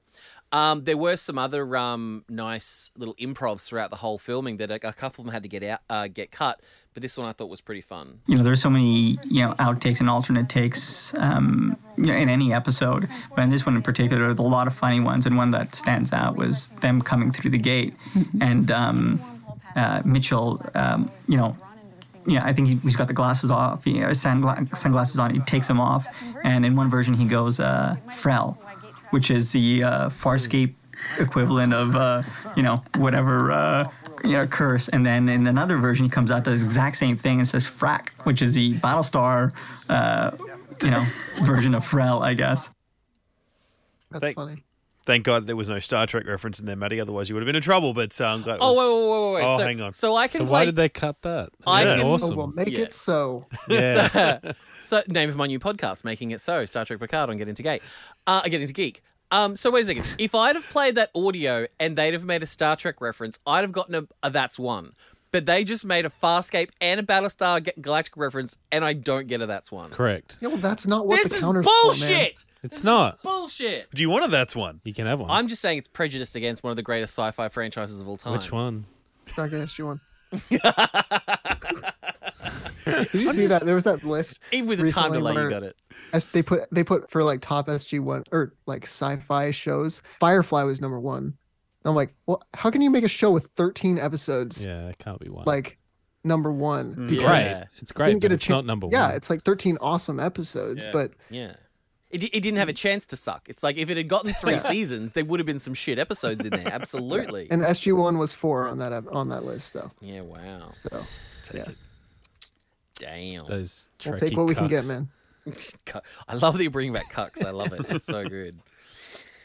Speaker 1: Um, there were some other um, nice little improvs throughout the whole filming that a, a couple of them had to get out, uh, get cut. But this one I thought was pretty fun.
Speaker 5: you know, there's so many, you know, outtakes and alternate takes um, you know, in any episode. But in this one in particular, there's a lot of funny ones. And one that stands out was them coming through the gate and um, uh, Mitchell, um, you know, you know, I think he, he's got the glasses off, he, or sungla- sunglasses on, he takes them off. And in one version, he goes uh, Frel, which is the uh, Farscape equivalent of, uh, you know, whatever uh, you know, curse. And then in another version, he comes out does the exact same thing and says frack, which is the Battlestar, uh, you know, version of Frel, I guess.
Speaker 3: That's
Speaker 4: Thank-
Speaker 3: funny.
Speaker 4: Thank God there was no Star Trek reference in there, Matty. Otherwise, you would have been in trouble. But uh, I'm glad. it
Speaker 1: Oh,
Speaker 4: was-
Speaker 1: wait, wait, wait, wait, wait.
Speaker 4: Oh,
Speaker 1: so,
Speaker 4: hang on.
Speaker 1: So I can
Speaker 2: So
Speaker 1: play.
Speaker 2: why did they cut that?
Speaker 1: I
Speaker 2: Yeah,
Speaker 1: can-
Speaker 2: awesome.
Speaker 3: Oh well, make
Speaker 1: Yeah.
Speaker 3: it so.
Speaker 2: yeah.
Speaker 1: So, name of my new podcast, Making It So, Star Trek Picard on Get Into Geek. Uh, Get Into Geek. Um, so wait a second. If I'd have played that audio and they'd have made a Star Trek reference, I'd have gotten a, a that's one. But they just made a Farscape and a Battlestar Ga- Galactic reference, and I don't get a that's one.
Speaker 2: Correct.
Speaker 3: Yeah, well, that's not what
Speaker 1: this
Speaker 3: the
Speaker 1: is
Speaker 3: counters for, man.
Speaker 1: bullshit.
Speaker 2: It's not.
Speaker 1: Bullshit.
Speaker 4: Do you want a that's one?
Speaker 2: You can have one.
Speaker 1: I'm just saying it's prejudice against one of the greatest sci-fi franchises of all time.
Speaker 2: Which one?
Speaker 3: Dragon SG One. Did you see that? There was that list.
Speaker 1: Even with the time
Speaker 3: recently
Speaker 1: delay, you
Speaker 3: where
Speaker 1: got it.
Speaker 3: as- they put they put for like top SG One or like sci-fi shows. Firefly was number one. And I'm like, well, how can you make a show with 13 episodes
Speaker 2: Yeah, it can't be one.
Speaker 3: like number one? It's
Speaker 1: Yeah.
Speaker 2: great.
Speaker 3: because
Speaker 2: It's
Speaker 3: you
Speaker 2: great,
Speaker 3: didn't
Speaker 2: but
Speaker 3: a
Speaker 2: it's
Speaker 3: chan-
Speaker 2: not number
Speaker 3: Yeah,
Speaker 2: one.
Speaker 3: it's like 13 awesome episodes,
Speaker 4: Yeah.
Speaker 3: but
Speaker 1: Yeah. It, di- it didn't have a chance to suck. It's like if it had gotten three seasons, there would have been some shit episodes in there. Absolutely.
Speaker 3: and SG One was four on that ep- on that list though.
Speaker 1: Yeah, wow.
Speaker 3: So yeah,
Speaker 1: Damn.
Speaker 2: Those
Speaker 3: we'll
Speaker 2: Trekkie
Speaker 3: take what we can get,
Speaker 2: cucks.
Speaker 3: man.
Speaker 1: Cu- I love that you bring back cucks. I love it. It's so good.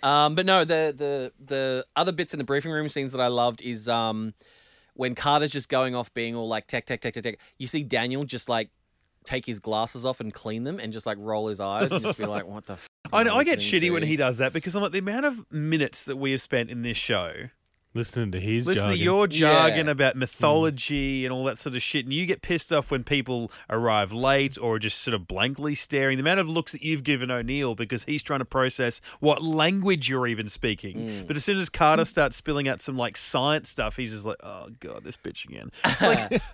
Speaker 1: Um, but no, the the the other bits in the briefing room scenes that I loved is um, when Carter's just going off being all like tech tech tech tech tech. You see Daniel just like take his glasses off and clean them and just like roll his eyes and just be like, "What the." F-
Speaker 4: I,
Speaker 1: am
Speaker 4: know, I get shitty
Speaker 1: listening to?"
Speaker 4: when he does that because I'm like the amount of minutes that we have spent in this show
Speaker 2: Listening to his
Speaker 4: Listen
Speaker 2: jargon.
Speaker 4: to your jargon
Speaker 1: Yeah.
Speaker 4: about mythology and all that sort of shit, and you get pissed off when people arrive late or are just sort of blankly staring. The amount of looks that you've given O'Neill because he's trying to process what language you're even speaking.
Speaker 1: Hmm.
Speaker 4: But as soon as Carter starts spilling out some like science stuff, he's just like, "Oh god, this bitch again." It's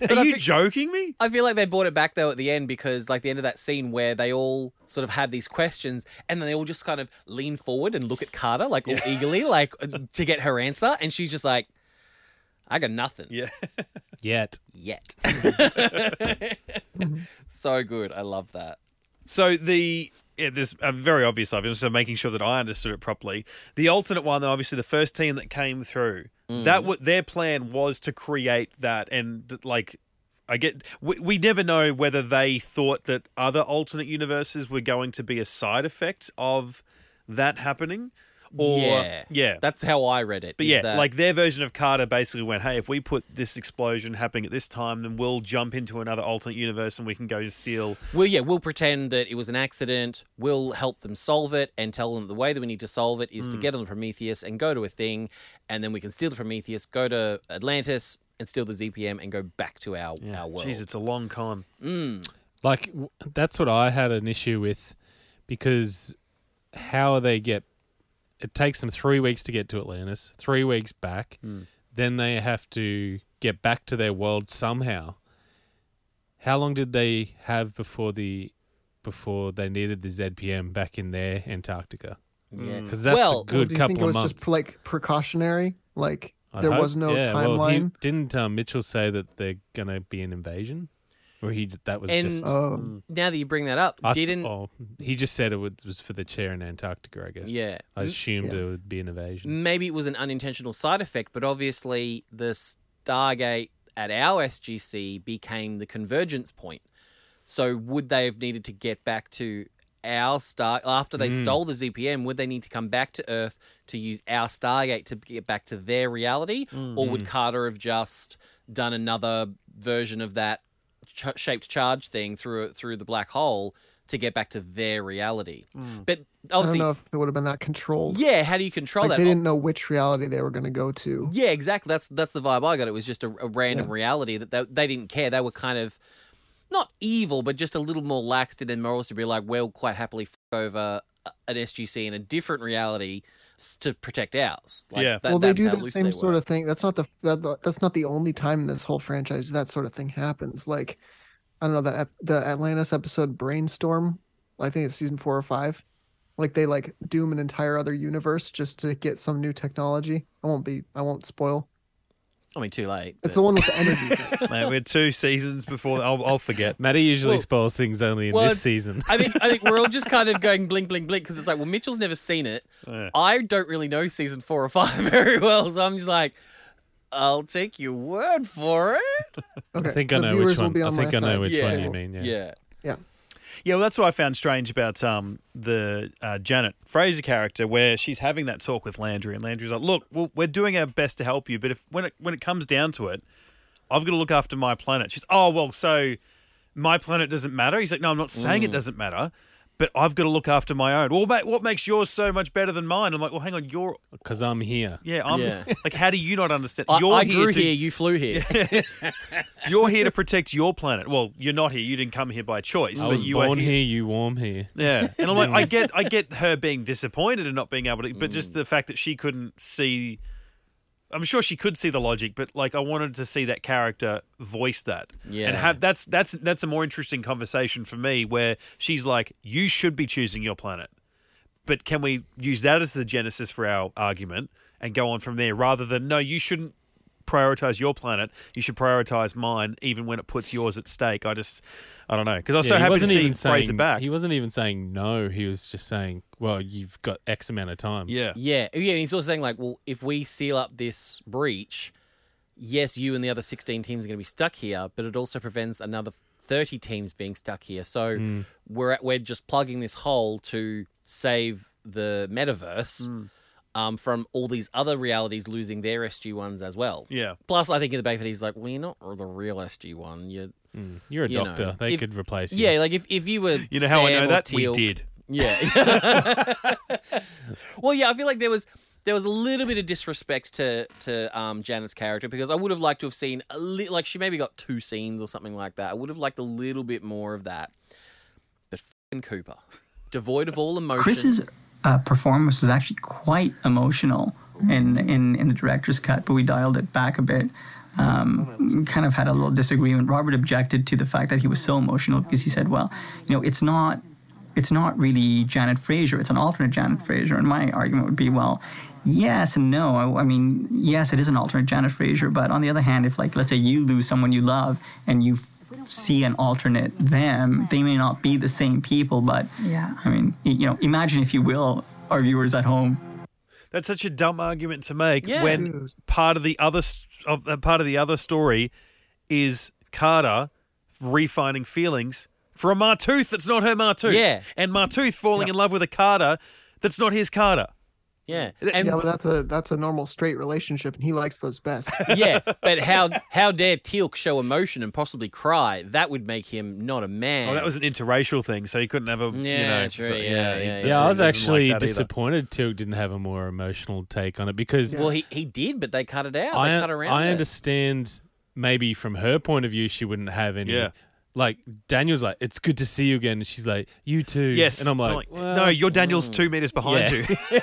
Speaker 4: like, are you joking me?
Speaker 1: I feel like they brought it back though at the end because like the end of that scene where they all sort of have these questions and then they all just kind of lean forward and look at Carter like all eagerly like to get her answer and she's just like I got nothing
Speaker 4: Yeah,
Speaker 2: Yet.
Speaker 1: yet. so good. I love that.
Speaker 4: So the yeah, there's a very obvious obvious so making sure that I understood it properly. The alternate one, then obviously the first team that came through,
Speaker 1: Mm.
Speaker 4: that w- their plan was to create that and like. I get we, we never know whether they thought that other alternate universes were going to be a side effect of that happening or
Speaker 1: yeah.
Speaker 4: yeah
Speaker 1: That's how I read it.
Speaker 4: but
Speaker 1: is
Speaker 4: yeah,
Speaker 1: that-
Speaker 4: like their version of Carter basically went, "Hey, if we put this explosion happening at this time, then we'll jump into another alternate universe and we can go steal
Speaker 1: Well, yeah, we'll pretend that it was an accident. We'll help them solve it and tell them the way that we need to solve it
Speaker 2: Hmm.
Speaker 1: is to get on the Prometheus and go to a thing, and then we can steal the Prometheus, go to Atlantis, and steal the ZPM and go back to our, our world.
Speaker 4: Jeez, it's a long con.
Speaker 2: Like w- that's what I had an issue with, because how they get it takes them three weeks to get to Atlantis, three weeks back, then they have to get back to their world somehow. How long did they have before the before they needed the ZPM back in their Antarctica?
Speaker 1: Yeah.
Speaker 2: Because that's
Speaker 1: Well-
Speaker 2: a
Speaker 3: Or
Speaker 2: good
Speaker 3: do you
Speaker 2: couple
Speaker 3: think it was
Speaker 2: of months.
Speaker 3: just like precautionary? Like
Speaker 2: I'd
Speaker 3: there
Speaker 2: hope.
Speaker 3: was no
Speaker 2: Yeah,
Speaker 3: timeline.
Speaker 2: Well, he, didn't um, Mitchell say that they're gonna be an invasion, or he Hmm. that was
Speaker 1: And-
Speaker 2: just
Speaker 3: Um,
Speaker 1: now that you bring that up,
Speaker 2: I th-
Speaker 1: didn't.
Speaker 2: oh, he just said it was, was for the chair in Antarctica, I guess.
Speaker 1: Yeah. Mm.
Speaker 2: I assumed
Speaker 3: Yeah.
Speaker 2: it would be an invasion.
Speaker 1: maybe it was an unintentional side effect, but obviously the Stargate at our SGC became the convergence point. So would they have needed to get back to our star after they stole the ZPM? Would they need to come back to Earth to use our Stargate to get back to their reality, or would Carter have just done another version of that ch- shaped charge thing through through the black hole to get back to their reality? But
Speaker 3: I don't
Speaker 1: obviously,
Speaker 3: know if it would have been that controlled.
Speaker 1: yeah, how do you control
Speaker 3: like
Speaker 1: that?
Speaker 3: they didn't know which reality they were going to go to.
Speaker 1: Yeah, exactly. That's that's the vibe I got. It was just a, a random reality that they, they didn't care. They were kind of not evil, but just a little more laxed in their morals to be like, well, quite happily f- over a- an SGC in a different reality s- to protect ours. Like,
Speaker 4: Yeah.
Speaker 1: that-
Speaker 3: well, they
Speaker 1: that's
Speaker 3: do
Speaker 1: how
Speaker 3: the
Speaker 1: loose
Speaker 3: same
Speaker 1: they
Speaker 3: sort
Speaker 1: were.
Speaker 3: of thing. That's not the that, that's not the only time in this whole franchise that sort of thing happens. Like I don't know that ep- the Atlantis episode brainstorm. I think it's season four or five. Like they like doom an entire other universe just to get some new technology. I won't be. I won't spoil.
Speaker 1: I mean, too late. but-
Speaker 3: It's the one with the energy. thing.
Speaker 4: Mate, we're two seasons before. I'll, I'll forget.
Speaker 2: Matty usually
Speaker 1: Well-
Speaker 2: spoils things only in
Speaker 1: Well,
Speaker 2: this
Speaker 1: it's-
Speaker 2: season.
Speaker 1: I think I think we're all just kind of going blink, blink, blink because it's like, well, Mitchell's never seen it.
Speaker 4: Yeah.
Speaker 1: I don't really know season four or five very well, so I'm just like, I'll take your word for it.
Speaker 3: Okay.
Speaker 2: I think I
Speaker 3: the
Speaker 2: know
Speaker 3: viewers
Speaker 2: which
Speaker 3: will
Speaker 2: one.
Speaker 3: be
Speaker 2: I
Speaker 3: on
Speaker 2: think
Speaker 3: my
Speaker 2: I know
Speaker 3: side.
Speaker 2: which
Speaker 1: Yeah.
Speaker 2: one you mean. Yeah.
Speaker 1: Yeah.
Speaker 3: Yeah.
Speaker 4: Yeah, well, that's what I found strange about um, the uh, Janet Fraser character, where she's having that talk with Landry, and Landry's like, "Look, well, we're doing our best to help you, but if when it when it comes down to it, I've got to look after my planet." She's, "Oh, well, so my planet doesn't matter." He's like, "No, I'm not saying
Speaker 1: Mm.
Speaker 4: it doesn't matter." But I've got to look after my own. Well, mate, what makes yours so much better than mine? I'm like, well, hang on, you're
Speaker 2: Because I'm here.
Speaker 4: yeah, I'm
Speaker 1: Yeah.
Speaker 4: like, how do you not understand?
Speaker 1: I,
Speaker 4: you're
Speaker 1: I grew
Speaker 4: here, to,
Speaker 1: here, you flew here.
Speaker 4: you're here to protect your planet. Well, you're not here. You didn't come here by choice,
Speaker 2: I
Speaker 4: but
Speaker 2: was
Speaker 4: you are
Speaker 2: born
Speaker 4: here.
Speaker 2: here. you warm here.
Speaker 4: Yeah, and I'm like, I get, I get her being disappointed and not being able to, but just
Speaker 2: Mm.
Speaker 4: the fact that she couldn't see. I'm sure she could see the logic, but like, I wanted to see that character voice that, and
Speaker 1: Yeah.
Speaker 4: have that's that's that's a more interesting conversation for me, where she's like, "You should be choosing your planet," but can we use that as the genesis for our argument and go on from there, rather than no, you shouldn't prioritize your planet you should prioritize mine even when it puts yours at stake i just i don't know because i was
Speaker 2: Yeah,
Speaker 4: so
Speaker 2: he
Speaker 4: happy to
Speaker 2: wasn't
Speaker 4: see
Speaker 2: even
Speaker 4: fraser
Speaker 2: saying,
Speaker 4: back
Speaker 2: He wasn't even saying no. He was just saying, well, you've got X amount of time.
Speaker 4: yeah
Speaker 1: Yeah, yeah, and he's also saying like, well, if we seal up this breach, yes, you and the other sixteen teams are going to be stuck here, but it also prevents another thirty teams being stuck here. So
Speaker 4: Hmm.
Speaker 1: we're at, we're just plugging this hole to save the metaverse
Speaker 4: Hmm.
Speaker 1: um, from all these other realities losing their SG ones as well.
Speaker 4: Yeah.
Speaker 1: Plus, I think in the back of it, he's like, well, you're not the real SG one. You,
Speaker 2: You're a
Speaker 1: You know,
Speaker 2: doctor. they
Speaker 1: if-
Speaker 2: could replace you.
Speaker 1: yeah, like if, if you were,
Speaker 4: You know how I
Speaker 1: Sam
Speaker 4: know
Speaker 1: or
Speaker 4: that?
Speaker 1: Teal-
Speaker 4: We did.
Speaker 1: Yeah. well, yeah, I feel like there was there was a little bit of disrespect to to um, Janet's character because I would have liked to have seen a li- like she maybe got two scenes or something like that. I would have liked a little bit more of that. But fing Cooper, devoid of all emotion.
Speaker 5: Chris's uh, performance was actually quite emotional in, in, in the director's cut, but we dialed it back a bit. Um, kind of had a little disagreement. Robert objected to the fact that he was so emotional because he said, "Well, you know, it's not, it's not really Janet Fraser. It's an alternate Janet Fraser." And my argument would be, "Well, yes and no. I, I mean, yes, it is an alternate Janet Fraser, but on the other hand, if like let's say you lose someone you love and you f- see an alternate them, they may not be the same people, but
Speaker 6: Yeah.
Speaker 5: I mean, y- you know, imagine if you will, our viewers at home.
Speaker 4: That's such a dumb argument to make
Speaker 1: Yeah.
Speaker 4: when part of the other s- of uh, part of the other story is Carter refining feelings for a Martooth that's not her Martooth.
Speaker 1: Yeah.
Speaker 4: And Martooth falling in love with a Carter that's not his Carter.
Speaker 1: yeah,
Speaker 3: Yeah,
Speaker 1: and
Speaker 3: but that's a that's a normal straight relationship, and he likes those best.
Speaker 1: yeah, but how how dare Teal show emotion and possibly cry? That would make him not a man.
Speaker 4: Oh, that was an interracial thing, so he couldn't have a you
Speaker 1: Yeah,
Speaker 4: know.
Speaker 1: true,
Speaker 4: so-
Speaker 1: yeah, yeah,
Speaker 4: he-
Speaker 1: yeah.
Speaker 4: that's
Speaker 2: Yeah,
Speaker 4: why
Speaker 2: I
Speaker 4: he
Speaker 2: was
Speaker 4: doesn't like
Speaker 2: actually
Speaker 4: that either.
Speaker 2: disappointed Tilk didn't have a more emotional take on it because
Speaker 1: well, he, he did, but they cut it out.
Speaker 2: I,
Speaker 1: they cut around.
Speaker 2: I
Speaker 1: it.
Speaker 2: understand maybe from her point of view, she wouldn't have any.
Speaker 4: Yeah.
Speaker 2: Like, Daniel's like, it's good to see you again. And she's like, you too.
Speaker 4: Yes,
Speaker 2: And I'm like,
Speaker 4: no,
Speaker 2: well,
Speaker 4: your Daniel's two meters behind
Speaker 2: Yeah.
Speaker 4: you.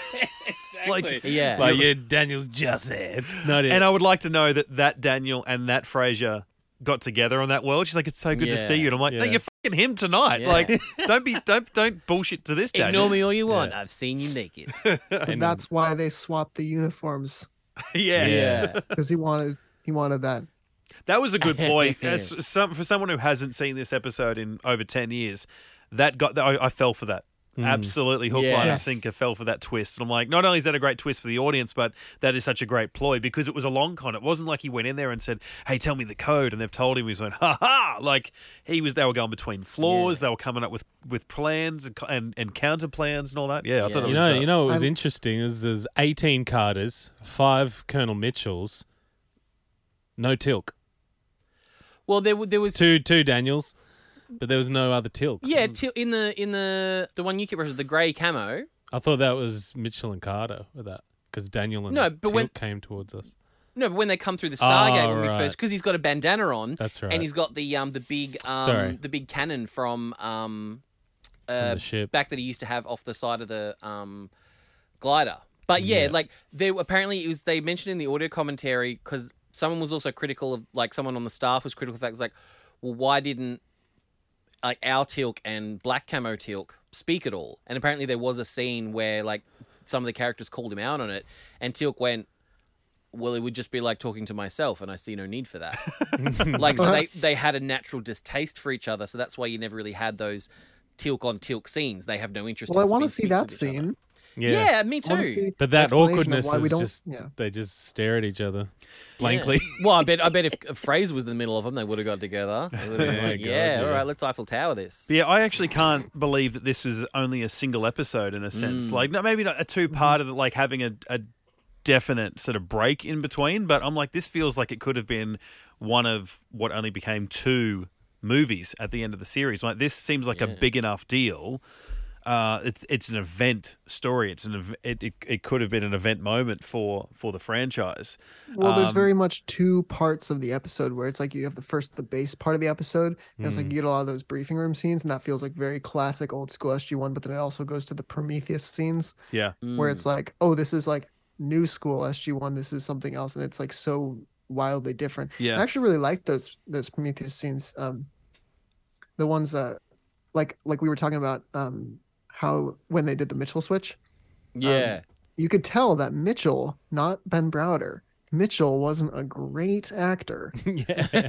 Speaker 4: Like,
Speaker 1: Yeah,
Speaker 2: Like, yeah, Daniel's just there. It's not it.
Speaker 4: And I would like to know that that Daniel and that Fraser got together on that world. She's like, "It's so good
Speaker 1: Yeah.
Speaker 4: to see you." And I'm like, "No,
Speaker 2: Yeah.
Speaker 4: you're fucking him tonight.
Speaker 1: Yeah.
Speaker 4: Like, don't be, don't, don't bullshit to this
Speaker 1: ignore
Speaker 4: Daniel."
Speaker 1: me all you want. I've seen you naked.
Speaker 3: So that's why they swapped the uniforms
Speaker 4: yes.
Speaker 1: Yeah.
Speaker 3: because he wanted he wanted that.
Speaker 4: that was a good ploy. As some, for someone who hasn't seen this episode in over ten years, that got I, I fell for that. Absolutely, hook,
Speaker 1: Mm. Yeah.
Speaker 4: line, and sinker fell for that twist, and I'm like, not only is that a great twist for the audience, but that is such a great ploy because it was a long con. It wasn't like he went in there and said, "Hey, tell me the code," and they've told him. He's went, "Ha ha!" Like he was. They were going between floors. They were coming up with with plans and co- and, and counter plans and all that. Yeah,
Speaker 1: Yeah.
Speaker 4: I thought it
Speaker 2: you
Speaker 4: was.
Speaker 2: know,
Speaker 4: uh,
Speaker 2: you know what was
Speaker 3: I'm-
Speaker 2: interesting is there's 18 Carters, five Colonel Mitchells, no Tilk,
Speaker 1: Well, there w- there was
Speaker 2: two Mm. two Daniels, but there was no other Tilk.
Speaker 1: Yeah, till in the in the the one you keep referencing, the grey camo.
Speaker 2: I thought that was Mitchell and Carter with that because Daniel and
Speaker 1: No,
Speaker 2: no,
Speaker 1: but when-
Speaker 2: came towards us.
Speaker 1: No, but when they come through the Stargate
Speaker 2: Oh,
Speaker 1: when we
Speaker 2: right.
Speaker 1: first, because he's got a bandana on.
Speaker 2: That's right.
Speaker 1: And he's got the um the big um
Speaker 2: Sorry.
Speaker 1: the big cannon from um uh
Speaker 2: the ship.
Speaker 1: back that he used to have off the side of the um glider. But yeah,
Speaker 2: Yeah.
Speaker 1: like they apparently it was they mentioned in the audio commentary because someone was also critical of like someone on the staff was critical of that was like, well, why didn't like uh, our Tilk and Black Camo Tilk speak at all. And apparently there was a scene where like some of the characters called him out on it, and Tilk went, "Well, it would just be like talking to myself, and I see no need for that." like so they they had a natural distaste for each other, so that's why you never really had those Tilk on Tilk scenes. They have no interest.
Speaker 3: Well, I
Speaker 1: in
Speaker 3: want to
Speaker 1: speak-
Speaker 3: see that
Speaker 1: speaking with each other.
Speaker 3: scene.
Speaker 1: Yeah, me too.
Speaker 3: Honestly,
Speaker 2: But that
Speaker 3: explanation of
Speaker 2: awkwardness
Speaker 3: why
Speaker 2: is
Speaker 3: we don't-
Speaker 2: just
Speaker 3: yeah.
Speaker 2: they just stare at each other blankly.
Speaker 1: Yeah. Well, I bet I bet if, if Fraser was in the middle of them, they would have got together. They would've been
Speaker 2: Yeah,
Speaker 1: like,
Speaker 2: God,
Speaker 1: Oh yeah, all
Speaker 2: yeah.
Speaker 1: right, let's Eiffel Tower this.
Speaker 4: But yeah, I actually can't believe that this was only a single episode in a sense.
Speaker 2: Mm.
Speaker 4: Like, no, maybe not a
Speaker 2: Mm-hmm.
Speaker 4: two-parter, that like having a, a definite sort of break in between. But I'm like, this feels like it could have been one of what only became two movies at the end of the series. Like, this seems like a big enough deal. Uh, it's it's an event story. It's an ev- it, it it could have been an event moment for for the franchise.
Speaker 3: Well, there's
Speaker 4: Um,
Speaker 3: very much two parts of the episode where it's like you have the first, the base part of the episode, and it's like
Speaker 1: Mm.
Speaker 3: you get a lot of those briefing room scenes, and that feels like very classic old school SG one. But then it also goes to the Prometheus scenes
Speaker 4: Yeah,
Speaker 1: Mm.
Speaker 3: where it's like, oh, this is like new school SG one. This is something else, and it's like so wildly different.
Speaker 4: Yeah.
Speaker 3: I actually really liked those those Prometheus scenes. Um, the ones that, like, like we were talking about, um, how when they did the Mitchell switch
Speaker 1: yeah.
Speaker 3: you could tell that Mitchell, not Ben Browder, Mitchell wasn't a great actor. You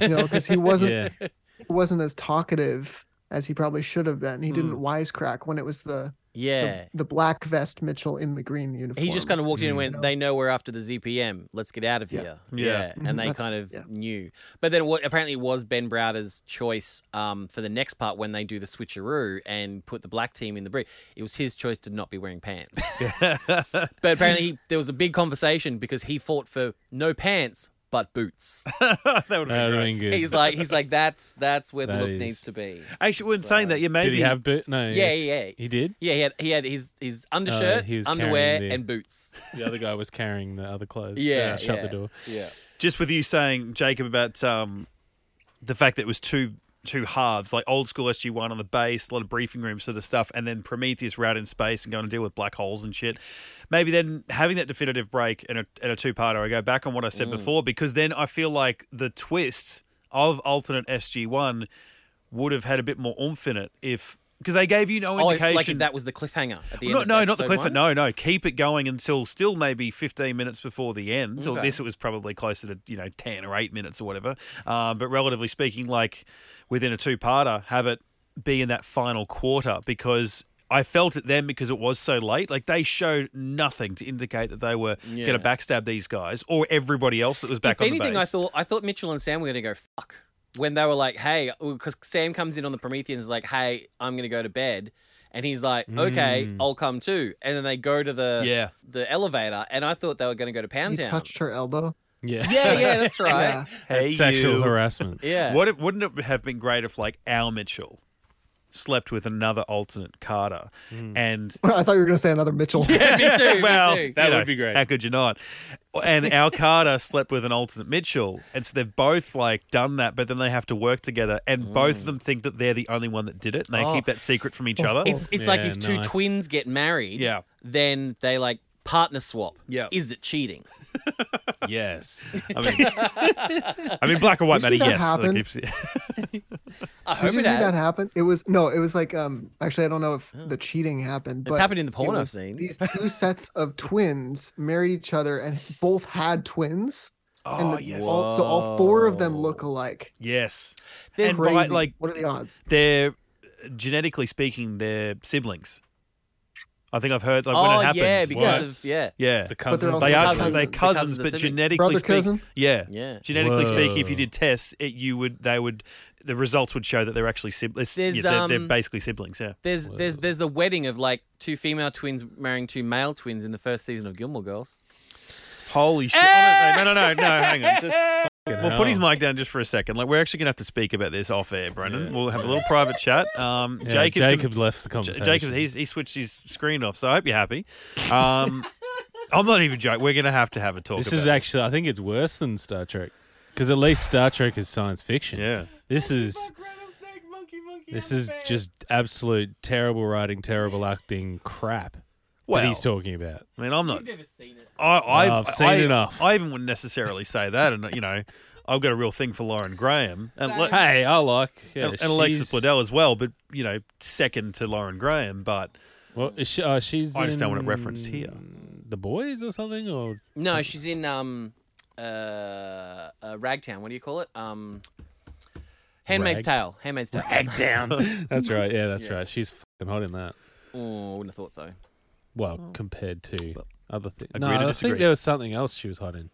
Speaker 3: know, because he wasn't
Speaker 2: yeah.
Speaker 3: he wasn't as talkative as he probably should have been. He didn't wisecrack when it was the
Speaker 1: Mm. yeah.
Speaker 3: the black vest Mitchell in the green uniform.
Speaker 1: He just kind of walked in and
Speaker 2: Mm.
Speaker 1: went, "They know we're after the ZPM. Let's get out of here."
Speaker 4: Yeah.
Speaker 2: Mm-hmm.
Speaker 1: and they
Speaker 3: That's-
Speaker 1: kind of
Speaker 3: yeah.
Speaker 1: knew. But then, what apparently was Ben Browder's choice um, for the next part when they do the switcheroo and put the black team in the brick. It was his choice to not be wearing pants. but apparently, he, there was a big conversation because he fought for no pants but boots.
Speaker 4: that would
Speaker 2: That
Speaker 4: have been
Speaker 2: would have
Speaker 4: great.
Speaker 2: been good.
Speaker 1: He's like, he's like, that's that's where the
Speaker 2: That
Speaker 1: look
Speaker 2: is- Uh,
Speaker 1: needs to be.
Speaker 4: Actually, when saying that, yeah, maybe
Speaker 2: did he have boot? No.
Speaker 1: Yeah,
Speaker 2: yes.
Speaker 1: yeah.
Speaker 2: He did.
Speaker 1: Yeah, he had he had his his undershirt,
Speaker 2: he was carrying
Speaker 1: underwear,
Speaker 2: the-
Speaker 1: and boots.
Speaker 2: The other guy was carrying the other clothes. uh,
Speaker 1: Yeah,
Speaker 2: shut the
Speaker 1: yeah.
Speaker 2: door.
Speaker 1: Yeah.
Speaker 4: just with you saying Jacob about um, the fact that it was two two halves, like old school SG one on the base, a lot of briefing room sort of stuff, and then Prometheus were out in space and going to deal with black holes and shit. Maybe then having that definitive break and a, and a two parter, I go back on what I said
Speaker 1: Mm.
Speaker 4: before because then I feel like the twist of alternate SG one would have had a bit more oomph in it if. Because they gave you no
Speaker 1: Oh,
Speaker 4: indication
Speaker 1: like if that was the cliffhanger at the end.
Speaker 4: no,
Speaker 1: of
Speaker 4: no, not the
Speaker 1: episode
Speaker 4: cliffhanger.
Speaker 1: one?
Speaker 4: No, no, keep it going until still maybe fifteen minutes before the end. Or
Speaker 1: Okay.
Speaker 4: this it was probably closer to you know ten or eight minutes or whatever. Um, but relatively speaking, like within a two-parter, have it be in that final quarter because. I felt it then because it was so late. Like they showed nothing to indicate that they were
Speaker 1: Yeah.
Speaker 4: going to backstab these guys or everybody else that was back
Speaker 1: if
Speaker 4: on
Speaker 1: anything,
Speaker 4: the
Speaker 1: I
Speaker 4: base.
Speaker 1: thought I thought Mitchell and Sam were going to go fuck when they were like, "Hey," because Sam comes in on the Prometheans like, "Hey, I'm going to go to bed," and he's like, "Okay, I'll come too." And then they go to the
Speaker 4: Mm. Yeah.
Speaker 1: the elevator, and I thought they were going to go to Pound
Speaker 3: you
Speaker 1: Town.
Speaker 3: touched her elbow.
Speaker 2: Yeah.
Speaker 1: yeah, yeah, that's right.
Speaker 4: hey,
Speaker 2: Sexual
Speaker 4: you.
Speaker 2: harassment.
Speaker 1: yeah.
Speaker 4: What if, wouldn't it have been great if like Al Mitchell slept with another alternate Carter
Speaker 2: Hmm.
Speaker 4: and
Speaker 3: I thought you were going to say another Mitchell.
Speaker 1: Yeah, me too. me
Speaker 4: well,
Speaker 1: too.
Speaker 2: That
Speaker 4: you
Speaker 2: would
Speaker 4: know,
Speaker 2: be great.
Speaker 4: How could you not? And Al Carter slept with an alternate Mitchell, and so they've both like done that, but then they have to work together, and both of them think that they're the only one that did it, and they
Speaker 1: Oh.
Speaker 4: keep that secret from each other.
Speaker 1: It's it's like
Speaker 2: Yeah,
Speaker 1: if two
Speaker 2: nice.
Speaker 1: twins get married,
Speaker 4: Yeah.
Speaker 1: then they like partner swap.
Speaker 4: Yeah.
Speaker 1: Is it cheating?
Speaker 2: yes.
Speaker 4: I mean, I mean, black or white
Speaker 3: You
Speaker 4: matter.
Speaker 3: see that
Speaker 4: Yes, Like,
Speaker 3: happen?
Speaker 4: if-
Speaker 1: I
Speaker 3: Did
Speaker 1: hope
Speaker 3: you see
Speaker 1: it has.
Speaker 3: that happen? It was no, it was like um actually I don't know if the cheating happened, but
Speaker 1: happened in the porn
Speaker 3: it
Speaker 1: I've
Speaker 3: was
Speaker 1: seen.
Speaker 3: These two sets of twins married each other and both had twins.
Speaker 4: Oh,
Speaker 3: and the,
Speaker 4: yes.
Speaker 3: all, so all four of them look alike.
Speaker 4: yes.
Speaker 1: There's
Speaker 4: and by,
Speaker 3: Crazy.
Speaker 4: like
Speaker 3: what are the odds?
Speaker 4: they're genetically speaking, they're siblings. I think I've heard like when
Speaker 1: oh
Speaker 4: it happens.
Speaker 1: yeah, because
Speaker 2: What?
Speaker 1: of, yeah.
Speaker 4: yeah,
Speaker 2: The
Speaker 3: But they're
Speaker 2: cousins.
Speaker 3: also
Speaker 4: They are
Speaker 3: Cousins.
Speaker 4: they're
Speaker 1: The
Speaker 4: cousins,
Speaker 1: cousins are
Speaker 4: but
Speaker 1: sibling-
Speaker 4: genetically
Speaker 3: Brother
Speaker 4: speaking,
Speaker 3: cousin?
Speaker 4: yeah,
Speaker 1: Yeah.
Speaker 4: Genetically
Speaker 2: Whoa.
Speaker 4: speaking, if you did tests, it you would they would the results would show that they're actually siblings.
Speaker 1: There's,
Speaker 4: Yeah, they're, they're
Speaker 1: um,
Speaker 4: basically siblings. Yeah,
Speaker 1: There's there's there's the wedding of like two female twins marrying two male twins in the first season of Gilmore Girls.
Speaker 4: holy shit! Oh, no, no, no, no, no, hang on. Just,
Speaker 2: Fucking
Speaker 4: we'll put his
Speaker 2: hell.
Speaker 4: mic down just for a second. Like we're actually gonna have to speak about this off air, Brendan. We'll have a little private chat. Um,
Speaker 2: Yeah,
Speaker 4: Jacob,
Speaker 2: Jacob left the
Speaker 4: J-
Speaker 2: conversation.
Speaker 4: Jacob, he's, he switched his screen off, so I hope you're happy. Um, I'm not even joking. We're gonna have to have a talk.
Speaker 2: This
Speaker 4: about
Speaker 2: is
Speaker 4: it.
Speaker 2: actually, I think it's worse than Star Trek, because at least Star Trek is science fiction.
Speaker 4: yeah.
Speaker 2: This is this is just absolute terrible writing, terrible acting crap
Speaker 4: Well,
Speaker 2: that he's talking about.
Speaker 4: I mean, I'm not. I, I,
Speaker 2: I've seen
Speaker 4: I-
Speaker 2: enough.
Speaker 4: I even wouldn't necessarily say that, and you know, I've got a real thing for Lauren Graham and, Le-
Speaker 2: Hey, I like yeah,
Speaker 4: and, and Alexis
Speaker 2: she's-
Speaker 4: Bledel as well, but you know, second to Lauren Graham. But
Speaker 2: Well, is she, uh, she's.
Speaker 4: I just don't want it
Speaker 2: in
Speaker 4: referenced here.
Speaker 2: The boys or something, or
Speaker 1: No, she's in um uh, uh Ragtown. What do you call it? Um Handmaid's
Speaker 2: Rag?
Speaker 1: Tale. Handmaid's Tale.
Speaker 2: that's right. Yeah, that's
Speaker 1: Yeah.
Speaker 2: right. She's fucking hot in that.
Speaker 1: Oh, wouldn't have thought so.
Speaker 2: Well, compared to other things.
Speaker 4: agree
Speaker 2: No,
Speaker 4: to
Speaker 2: I
Speaker 4: disagree.
Speaker 2: think there was something else she was hot in.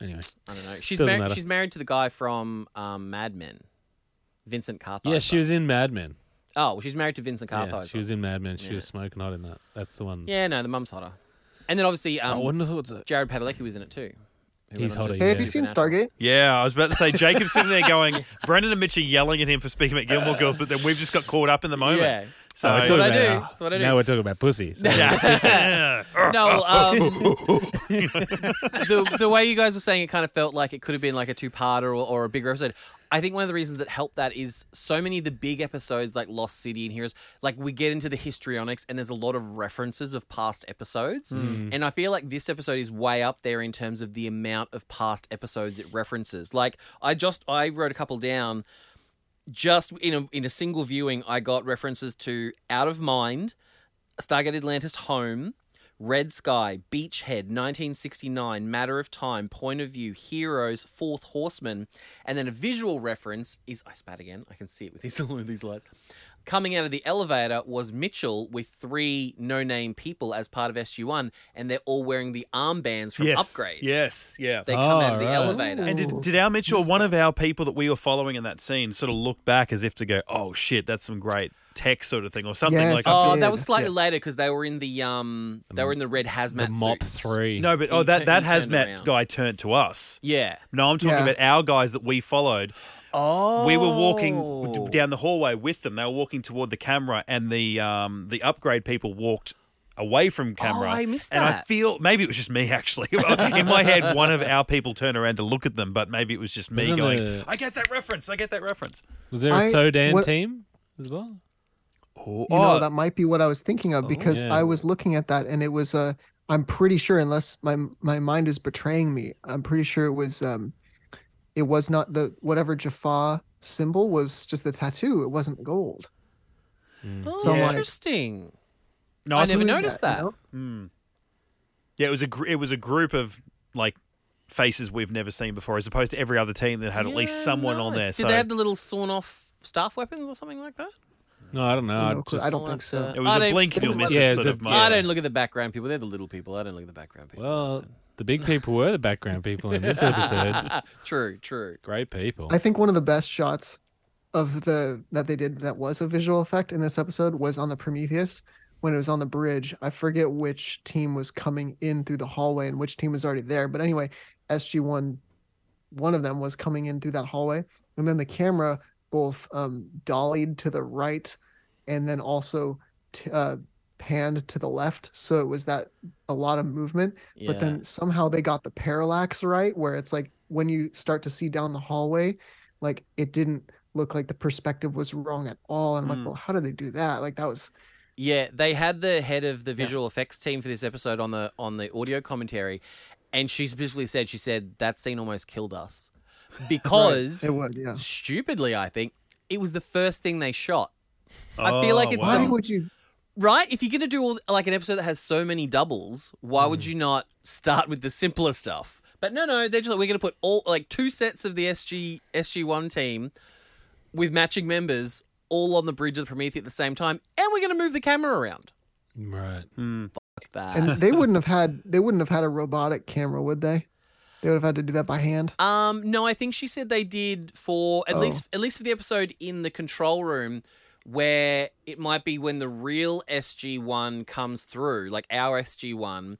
Speaker 2: Anyway,
Speaker 1: I don't know. She's
Speaker 2: Doesn't
Speaker 1: mar-
Speaker 2: matter.
Speaker 1: she's married to the guy from um, Mad Men, Vincent Carthizer.
Speaker 2: yeah, she was in Mad Men.
Speaker 1: Oh, well, she's married to Vincent Carthizer.
Speaker 2: Yeah,
Speaker 1: Yeah,
Speaker 2: she was in Mad Men. She
Speaker 1: Yeah.
Speaker 2: was smoking hot in that. That's the one.
Speaker 1: no, the mum's hotter. And then obviously,
Speaker 2: I
Speaker 1: um,
Speaker 2: wouldn't have thought so.
Speaker 1: Jared Padalecki was in it too. who went
Speaker 2: He's
Speaker 1: on
Speaker 2: hotter,
Speaker 1: to-
Speaker 2: yeah.
Speaker 3: Hey, have you seen
Speaker 1: Supernatural.
Speaker 3: Stargate?
Speaker 4: Yeah, I was about to say Jacob's sitting there going, Brendan and Mitch are yelling at him for speaking about Gilmore Girls, but then we've just got caught up in the moment.
Speaker 1: Yeah.
Speaker 4: So
Speaker 1: That's what I do. That's what I do.
Speaker 2: Now we're talking about pussy. so-
Speaker 1: No, um, the the way you guys were saying it kind of felt like it could have been like a two parter or, or a bigger episode. I think one of the reasons that helped that is so many of the big episodes like Lost City and Heroes, like we get into the histrionics and there's a lot of references of past episodes. And I feel like this episode is way up there in terms of the amount of past episodes it references. Like I just I wrote a couple down just in a, in a single viewing, I got references to Out of Mind, Stargate Atlantis Home, Red Sky, Beachhead, 1969, Matter of Time, Point of View, Heroes, Fourth Horseman, and then a visual reference is I spat again. I can see it with these with these lights. Coming out of the elevator was Mitchell with three no-name people as part of SU1, and they're all wearing the armbands from
Speaker 4: Yes.
Speaker 1: upgrades.
Speaker 4: Yes. Yeah.
Speaker 1: they come out of
Speaker 2: Oh,
Speaker 1: the
Speaker 2: right.
Speaker 1: elevator.
Speaker 4: and did, did our Mitchell, one of our people that we were following in that scene, sort of look back as if to go, "Oh shit, that's some great tech sort of thing," or something
Speaker 3: Yes.
Speaker 4: like
Speaker 3: Oh,
Speaker 4: that.
Speaker 1: Oh,
Speaker 3: Yeah.
Speaker 1: that was slightly later because they were in the um, they were in the red hazmat
Speaker 2: the mop
Speaker 1: suits.
Speaker 2: three.
Speaker 4: No, but oh,
Speaker 1: He
Speaker 4: that
Speaker 1: tu-
Speaker 4: that
Speaker 1: he turned
Speaker 4: hazmat
Speaker 1: around.
Speaker 4: guy turned to us.
Speaker 1: Yeah.
Speaker 4: No, I'm talking
Speaker 3: Yeah.
Speaker 4: about our guys that we followed.
Speaker 1: Oh,
Speaker 4: We were walking d- down the hallway with them. They were walking toward the camera, and the um, the upgrade people walked away from camera.
Speaker 1: Oh, I missed
Speaker 4: And I
Speaker 1: that.
Speaker 4: feel maybe it was just me actually. In my head, one of our people turned around to look at them, but maybe it was just me
Speaker 2: Wasn't
Speaker 4: going,
Speaker 2: it-
Speaker 4: "I get that reference. I get that reference."
Speaker 2: was there a
Speaker 3: I-
Speaker 2: Sodan
Speaker 3: what-
Speaker 2: team as well?
Speaker 4: Oh,
Speaker 3: You know, that might be what I was thinking of because
Speaker 2: yeah.
Speaker 3: I was looking at that and it was Uh, I'm pretty sure, unless my my mind is betraying me, I'm pretty sure it was um, it was not the whatever Jaffa symbol was just the tattoo. It wasn't gold.
Speaker 1: Oh,
Speaker 3: So, like-
Speaker 1: interesting.
Speaker 4: no,
Speaker 1: I
Speaker 4: I
Speaker 1: never
Speaker 3: Who is
Speaker 1: noticed that.
Speaker 3: you know?
Speaker 4: Yeah, it was a gr- it was a group of like faces we've never seen before, as opposed to every other team that had at least
Speaker 1: Yeah,
Speaker 4: someone on
Speaker 1: nice.
Speaker 4: there.
Speaker 1: Did
Speaker 4: so
Speaker 1: they have the little sawn off staff weapons or something like that?
Speaker 2: No, I don't know. I
Speaker 3: No clue.
Speaker 2: just-
Speaker 3: I don't
Speaker 1: I'll
Speaker 3: think
Speaker 1: have
Speaker 3: so.
Speaker 1: to-
Speaker 4: it was
Speaker 1: I
Speaker 4: a
Speaker 1: don't-
Speaker 4: blink and you'll miss
Speaker 2: Yeah,
Speaker 4: it
Speaker 2: it's
Speaker 4: sort
Speaker 2: a-
Speaker 4: of moment.
Speaker 1: I don't look at the background people. They're the little people. I don't look at the background people.
Speaker 2: Well, the big people were the background people in this episode.
Speaker 1: true, true.
Speaker 2: Great people.
Speaker 3: I think one of the best shots of the that they did that was a visual effect in this episode was on the Prometheus when it was on the bridge. I forget which team was coming in through the hallway and which team was already there. But anyway, SG1 one of them was coming in through that hallway and then the camera both um dollied to the right and then also t- uh panned to the left so it was that a lot of movement
Speaker 1: Yeah.
Speaker 3: but then somehow they got the parallax right where it's like when you start to see down the hallway like it didn't look like the perspective was wrong at all and i'm
Speaker 1: Mm.
Speaker 3: like well how did they do that like that was
Speaker 1: Yeah, they had the head of the visual effects team for this episode on the on the audio commentary, and she specifically said she said that scene almost killed us because
Speaker 3: it was yeah
Speaker 1: stupidly I think it was the first thing they shot. I feel
Speaker 4: Oh,
Speaker 1: like it's
Speaker 4: wow.
Speaker 3: why
Speaker 1: the,
Speaker 3: would you
Speaker 1: right if you're gonna do all like an episode that has so many doubles why would you not start with the simpler stuff but no no they're just like we're gonna put all like two sets of the sg sg1 team with matching members all on the bridge of the prometheus at the same time and we're gonna move the camera around
Speaker 2: right.
Speaker 1: Fuck that
Speaker 3: and they wouldn't have had they wouldn't have had a robotic camera would they they would have had to do that by hand
Speaker 1: Um, no, I think she said they did for at
Speaker 3: Oh.
Speaker 1: least at least for the episode in the control room where it might be when the real SG1 comes through, like our SG1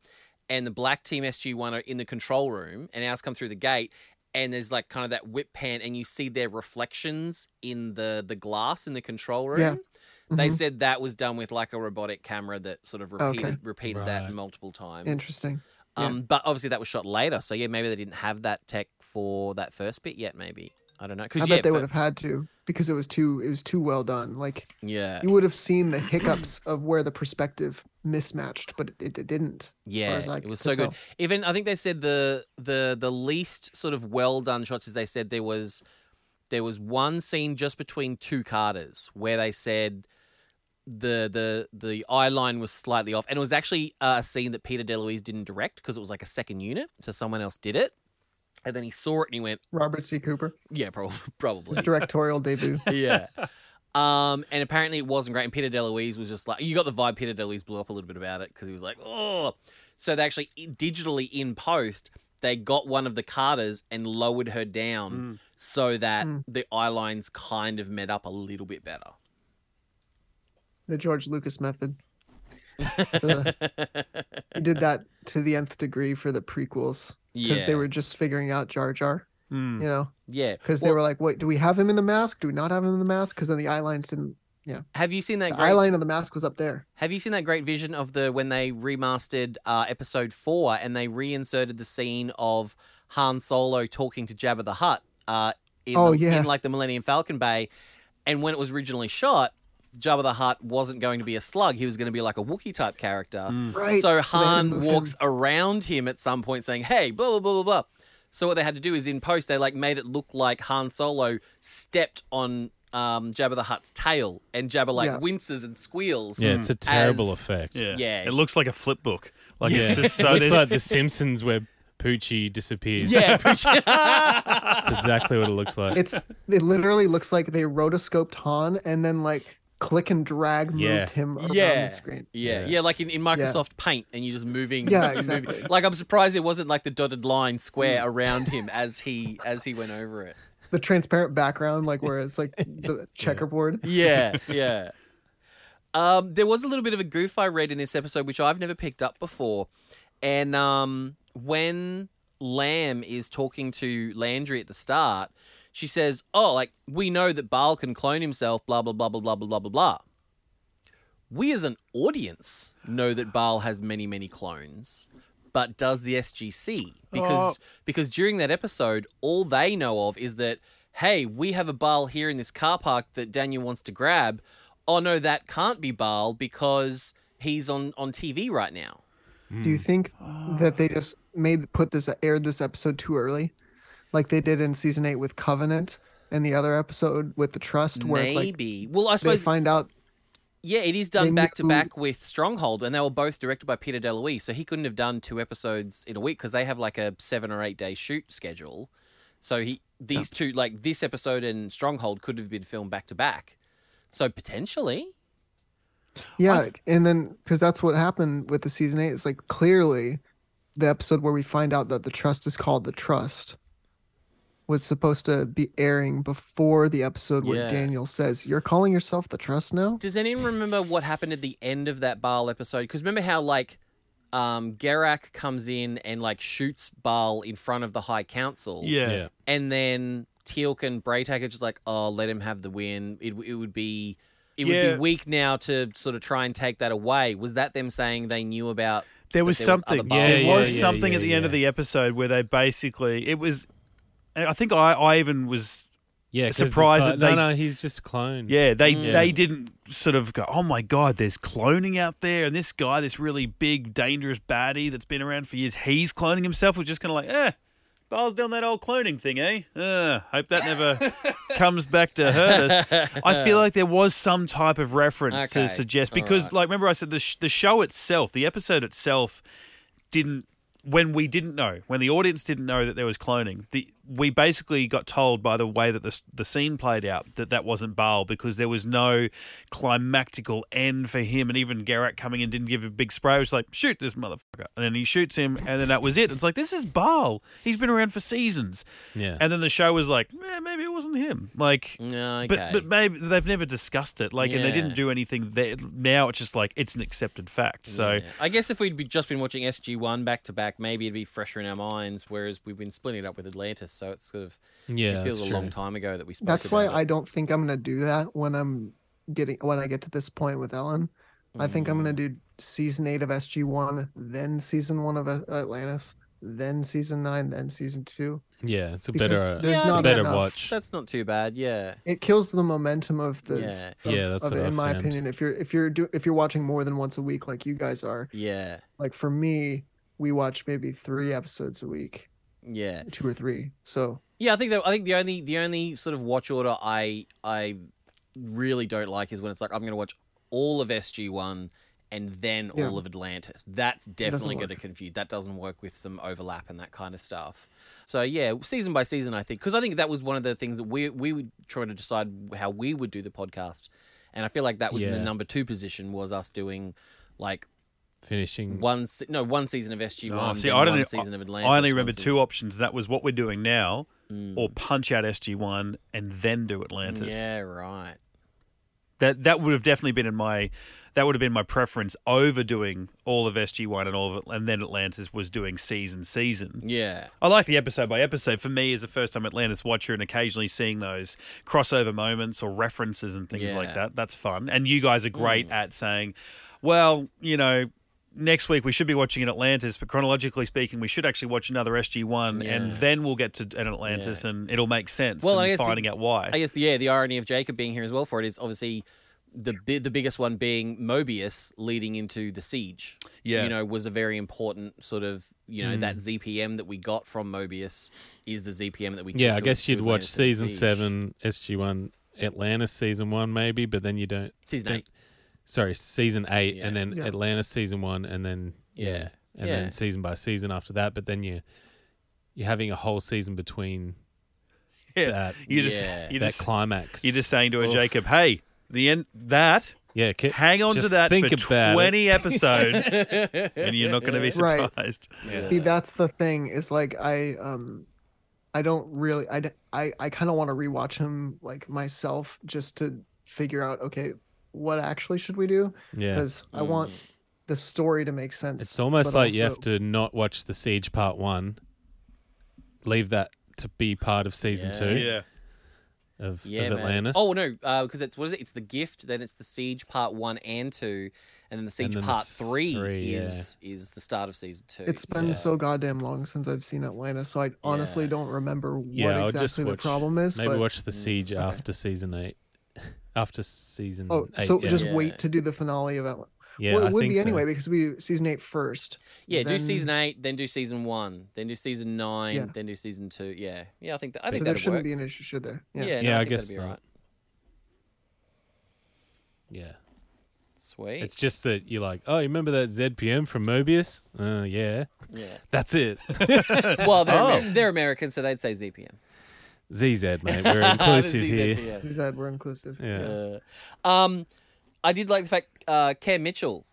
Speaker 1: and the black team SG1 are in the control room and ours come through the gate and there's like kind of that whip pan and you see their reflections in the the glass in the control room.
Speaker 3: Yeah.
Speaker 1: They
Speaker 3: Mhm.
Speaker 1: said that was done with like a robotic camera that sort of repeated
Speaker 3: Oh, Okay.
Speaker 1: repeated
Speaker 2: Right.
Speaker 1: that multiple times.
Speaker 3: interesting Yeah.
Speaker 1: Um, but obviously that was shot later, so yeah, maybe they didn't have that tech for that first bit yet. Maybe I don't know.
Speaker 3: i
Speaker 1: Because
Speaker 3: bet
Speaker 1: yeah,
Speaker 3: they
Speaker 1: fir-
Speaker 3: would have had to because it was too it was too well done like
Speaker 1: yeah,
Speaker 3: you would have seen the hiccups of where the perspective mismatched but it, it didn't as
Speaker 1: yeah,
Speaker 3: far as I
Speaker 1: it was
Speaker 3: could
Speaker 1: so good.
Speaker 3: tell.
Speaker 1: Even I think they said the the the least sort of well done shots is they said there was there was one scene just between two Carters where they said the the the eye line was slightly off, and it was actually uh, a scene that Peter DeLuise didn't direct because it was like a second unit, so someone else did it, and then he saw it and he went,
Speaker 3: robert c cooper
Speaker 1: yeah, prob- probably
Speaker 3: his directorial debut
Speaker 1: yeah. Um, and apparently it wasn't great. And Peter DeLuise was just like, you got the vibe Peter DeLuise blew up a little bit about it because he was like, oh. So they actually i- digitally in post, they got one of the Carters and lowered her down so that
Speaker 3: Mm.
Speaker 1: the eye lines kind of met up a little bit better.
Speaker 3: the George Lucas method. The- he did that to the nth degree for the prequels because
Speaker 1: Yeah. Mm.
Speaker 3: they were just figuring out Jar Jar.
Speaker 4: Hmm.
Speaker 3: You know,
Speaker 1: Yeah.
Speaker 3: because they were like, "Wait, do we have him in the mask? Do we not have him in the mask?" Because then the eye lines didn't. Yeah,
Speaker 1: Have you seen that
Speaker 3: the
Speaker 1: great
Speaker 3: eye line of the mask was up there.
Speaker 1: Have you seen that great vision of the when they remastered uh, episode four and they reinserted the scene of Han Solo talking to Jabba the Hutt uh, in,
Speaker 3: Oh,
Speaker 1: the-
Speaker 3: yeah.
Speaker 1: in like the Millennium Falcon Bay? And when it was originally shot, Jabba the Hutt wasn't going to be a slug. He was going to be like a Wookiee type character.
Speaker 3: Right.
Speaker 1: So
Speaker 3: So they had to
Speaker 1: Han
Speaker 3: move
Speaker 1: walks
Speaker 3: him.
Speaker 1: around him at some point saying, hey, blah, blah, blah, blah, blah. So what they had to do is in post, they like made it look like Han Solo stepped on um, Jabba the Hutt's tail and Jabba like
Speaker 3: Yeah.
Speaker 1: winces and squeals.
Speaker 2: Yeah, it's a terrible
Speaker 1: Mm. As-
Speaker 2: effect.
Speaker 4: Yeah.
Speaker 1: Yeah.
Speaker 4: It looks like a flip book. Like
Speaker 2: Yeah.
Speaker 4: it's just so
Speaker 2: Looks
Speaker 4: there's-
Speaker 2: like The Simpsons where Poochie disappears.
Speaker 1: Yeah, pretty much.
Speaker 2: That's exactly what it looks like.
Speaker 3: It's it literally looks like they rotoscoped Han and then like click and drag moved
Speaker 2: Yeah.
Speaker 3: him around
Speaker 1: yeah.
Speaker 3: the screen.
Speaker 1: Yeah, yeah,
Speaker 2: Yeah.
Speaker 1: like in, in Microsoft Paint, and you're just moving.
Speaker 3: Yeah,
Speaker 1: moving-
Speaker 3: exactly. Mm.
Speaker 1: Like I'm surprised it wasn't like the dotted line square around him as he as he went over it.
Speaker 3: The transparent background, like where it's like the checkerboard.
Speaker 1: Yeah, yeah. Um, there was a little bit of a goof I read in this episode, which I've never picked up before, and um, when Lamb is talking to Landry at the start, she says, "Oh, like we know that Baal can clone himself, blah blah blah blah blah blah blah blah blah." We as an audience know that Baal has many, many clones, but does the SGC? Because
Speaker 3: Oh.
Speaker 1: because during that episode, all they know of is that, hey, we have a Baal here in this car park that Daniel wants to grab. Oh no, that can't be Baal because he's on, on TV right now.
Speaker 3: Do you think that
Speaker 1: Ah.
Speaker 3: they just made put this aired this episode too early, like they did in season eight with Covenant and the other episode with the Trust, where it's like
Speaker 1: Maybe. well, I
Speaker 3: they
Speaker 1: suppose
Speaker 3: find out
Speaker 1: yeah, it is
Speaker 3: they
Speaker 1: done back to
Speaker 3: knew-
Speaker 1: back with Stronghold, and they were both directed by Peter DeLuise, so he couldn't have done two episodes in a week because they have like a seven or eight day shoot schedule. So he these two like this episode and Stronghold could have been filmed back to back. So potentially,
Speaker 3: Yeah, and then because that's what happened with the season eight. It's like clearly, the episode where we find out that the trust is called the trust was supposed to be airing before the episode where
Speaker 1: Yeah.
Speaker 3: Daniel says, "You're calling yourself the trust now."
Speaker 1: Does anyone remember what happened at the end of that Baal episode? Because remember how like um Garak comes in and like shoots Baal in front of the High Council.
Speaker 4: yeah.
Speaker 2: yeah.
Speaker 1: And then Teal'c and Braytak are just like, oh, let him have the win. It, it would be it would
Speaker 4: Yeah.
Speaker 1: be weak now to sort of try and take that away. Was that them saying they knew about?
Speaker 4: There
Speaker 1: that
Speaker 4: was
Speaker 1: there was
Speaker 4: something.
Speaker 1: other
Speaker 2: Yeah,
Speaker 4: there
Speaker 2: yeah,
Speaker 4: was
Speaker 2: yeah,
Speaker 4: something
Speaker 2: yeah,
Speaker 4: at the
Speaker 2: yeah.
Speaker 4: end of the episode where they basically it was. and I think I, I even was.
Speaker 2: Yeah, 'cause it's
Speaker 4: Surprised
Speaker 2: like,
Speaker 4: that they-
Speaker 2: no, no, he's just a clone.
Speaker 4: Yeah, they
Speaker 1: Mm.
Speaker 4: they didn't sort of go. Oh my god, there's cloning out there, and this guy, this really big, dangerous baddie that's been around for years, he's cloning himself. We're just kind of like, eh. Ball's down that old cloning thing, eh? Uh, hope that never comes back to hurt us. I feel like there was some type of reference
Speaker 1: Okay,
Speaker 4: to suggest
Speaker 1: all
Speaker 4: because,
Speaker 1: right.
Speaker 4: like, remember I said the sh- the show itself, the episode itself, didn't when we didn't know when the audience didn't know that there was cloning the we basically got told by the way that the, s- the scene played out that that wasn't Baal because there was no climactical end for him and even Garrett coming in didn't give a big spray it was like shoot this motherfucker and then he shoots him and then that was it it's like this is Baal he's been around for seasons
Speaker 2: Yeah.
Speaker 4: and then the show was like eh, maybe it wasn't him like
Speaker 1: No, "Mm, okay.
Speaker 4: but but maybe they've never discussed it like and they
Speaker 1: Yeah.
Speaker 4: didn't do anything there now it's just like it's an accepted fact so
Speaker 1: Yeah. I guess if we'd be just been watching SG One back to back, maybe it'd be fresher in our minds. Whereas we've been splitting it up with Atlantis, so it's sort of
Speaker 2: Yeah,
Speaker 1: it feels a
Speaker 2: that's
Speaker 1: long
Speaker 2: true.
Speaker 1: time ago that we spoke.
Speaker 3: That's why
Speaker 1: about
Speaker 3: I
Speaker 1: it.
Speaker 3: don't think I'm gonna do that when I'm getting when I get to this point with Ellen. I think I'm gonna do season eight of SG One, then season one of uh, Atlantis, then season nine, then season two.
Speaker 2: Yeah, it's a
Speaker 3: Because
Speaker 2: better, uh,
Speaker 3: there's
Speaker 2: it's a
Speaker 3: not
Speaker 2: better
Speaker 3: enough-
Speaker 2: watch.
Speaker 1: That's not too bad. Yeah.
Speaker 3: It kills the momentum of the
Speaker 1: Yeah.
Speaker 3: of-
Speaker 2: Yeah, that's
Speaker 3: of
Speaker 2: what
Speaker 3: it,
Speaker 2: I
Speaker 3: in my
Speaker 2: found.
Speaker 3: opinion. If you're if you're do, if you're watching more than once a week, like you guys are,
Speaker 1: Yeah.
Speaker 3: like for me, we watch maybe three episodes a week,
Speaker 1: Yeah.
Speaker 3: two or three. So
Speaker 1: Yeah, I think that I think the only the only sort of watch order I I really don't like is when it's like I'm going to watch all of SG One and then
Speaker 3: Yeah.
Speaker 1: all of Atlantis. That's definitely
Speaker 3: work.
Speaker 1: going to confuse. That doesn't work with some overlap and that kind of stuff. So yeah, season by season, I think, because I think that was one of the things that we we would try to decide how we would do the podcast, and I feel like that was in the
Speaker 2: Yeah.
Speaker 1: number two position was us doing like
Speaker 2: finishing.
Speaker 1: one se- no one season of SG
Speaker 4: Oh,
Speaker 1: One,
Speaker 4: see,
Speaker 1: then
Speaker 4: I don't
Speaker 1: one
Speaker 4: know.
Speaker 1: season of Atlantis.
Speaker 4: I only
Speaker 1: one
Speaker 4: remember
Speaker 1: season-
Speaker 4: two options. That was what we're doing now, or punch out SG One and then do Atlantis.
Speaker 1: Yeah, right.
Speaker 4: That that would have definitely been in my that would have been my preference over doing all of SG One and all of it, and then Atlantis was doing season season.
Speaker 1: Yeah.
Speaker 4: I like the episode by episode. For me, as a first time Atlantis watcher and occasionally seeing those crossover moments or references and things like
Speaker 1: Yeah. Mm.
Speaker 4: that, that's fun. And you guys are great at saying, well, you know, next week we should be watching an Atlantis, but chronologically speaking, we should actually watch another SG1 and
Speaker 1: Yeah.
Speaker 4: then we'll get to an Atlantis and it'll make sense.
Speaker 1: Well,
Speaker 4: Well,
Speaker 1: I
Speaker 4: and
Speaker 1: guess the-
Speaker 4: finding out why.
Speaker 1: I guess the yeah the irony of Jacob being here as well for it is obviously the bi- the biggest one being Mobius leading into the siege.
Speaker 4: Yeah. Hmm.
Speaker 1: you know was a very important sort of you know that ZPM that we got from Mobius is the ZPM that we took
Speaker 2: Yeah, I
Speaker 1: to-
Speaker 2: guess
Speaker 1: to
Speaker 2: you'd watch
Speaker 1: Atlantis and the
Speaker 2: season
Speaker 1: siege.
Speaker 2: seven, SG one, Atlantis season one, maybe, but then you don't.
Speaker 1: season
Speaker 2: don't-
Speaker 1: eight.
Speaker 2: Sorry, season eight, and
Speaker 1: Yeah.
Speaker 2: then
Speaker 3: Yeah.
Speaker 2: Atlantis season one, and then yeah,
Speaker 1: Yeah.
Speaker 2: and
Speaker 1: Yeah.
Speaker 2: then season by season after that. But then you you're having a whole season between
Speaker 4: Yeah.
Speaker 2: that-
Speaker 4: you just,
Speaker 1: Yeah.
Speaker 4: you
Speaker 2: that
Speaker 4: just,
Speaker 2: climax.
Speaker 4: you're just saying to a
Speaker 1: Oof.
Speaker 4: Jacob, hey, the end, that,
Speaker 2: yeah, ki-
Speaker 4: hang on to
Speaker 2: just
Speaker 4: that
Speaker 2: think
Speaker 4: for
Speaker 2: about it.
Speaker 4: 20 episodes and you're not going to be
Speaker 3: Right.
Speaker 4: surprised.
Speaker 3: See, that's the thing is like I um I don't really I d- I, I kind of want to rewatch him like myself just to figure out okay what actually should we do
Speaker 2: Yeah,
Speaker 3: because I
Speaker 1: Hmm.
Speaker 3: want the story to make sense.
Speaker 2: It's almost
Speaker 3: but
Speaker 2: like you
Speaker 3: also-
Speaker 2: have to not watch the Siege Part One. Leave that to be part of season
Speaker 1: Yeah.
Speaker 2: two
Speaker 4: Yeah.
Speaker 2: of,
Speaker 1: Yeah,
Speaker 2: of
Speaker 1: man.
Speaker 2: Atlantis.
Speaker 1: Oh no, because it's what is it? It's the gift. Then it's the siege part one and two, and then the siege
Speaker 2: then the
Speaker 1: part three,
Speaker 2: three, yeah.
Speaker 1: is is the start of season two.
Speaker 3: It's been
Speaker 2: Yeah.
Speaker 3: so goddamn long since I've seen Atlanta, so I honestly
Speaker 1: Yeah.
Speaker 3: don't remember what
Speaker 2: yeah, I'll just
Speaker 3: exactly the
Speaker 2: watch-
Speaker 3: problem is.
Speaker 2: Maybe
Speaker 3: but
Speaker 2: watch the
Speaker 4: Mm.
Speaker 2: Siege after season eight. After season
Speaker 3: oh,
Speaker 2: eight.
Speaker 3: so
Speaker 2: yeah.
Speaker 3: just
Speaker 1: Yeah.
Speaker 3: wait to do the finale of Atlanta.
Speaker 2: yeah,
Speaker 3: well, it
Speaker 2: I
Speaker 3: would
Speaker 2: think
Speaker 3: be
Speaker 2: so.
Speaker 3: anyway because we do season eight first.
Speaker 1: Yeah, do
Speaker 3: then-
Speaker 1: season eight, then do season one, then do season nine,
Speaker 3: Yeah.
Speaker 1: then do season two. Yeah, yeah, I think that, I
Speaker 3: So
Speaker 1: think
Speaker 3: there
Speaker 1: that'll
Speaker 3: shouldn't
Speaker 1: work.
Speaker 3: be an issue, should there?
Speaker 1: yeah,
Speaker 3: Yeah.
Speaker 1: no,
Speaker 2: Yeah, I
Speaker 1: think
Speaker 2: guess
Speaker 1: that'll be
Speaker 2: not.
Speaker 1: right.
Speaker 2: Yeah,
Speaker 1: Sweet.
Speaker 2: it's just that you're like, oh, you remember that ZPM from Mobius? Uh, yeah,
Speaker 1: yeah.
Speaker 2: that's it.
Speaker 1: Well, they're,
Speaker 2: Oh.
Speaker 1: Amer- they're American, so they'd say ZPM.
Speaker 2: ZZ mate, we're inclusive here.
Speaker 3: He said we're inclusive.
Speaker 2: Yeah.
Speaker 1: ZZPM. Uh, um, I did like the fact uh, Ken Mitchell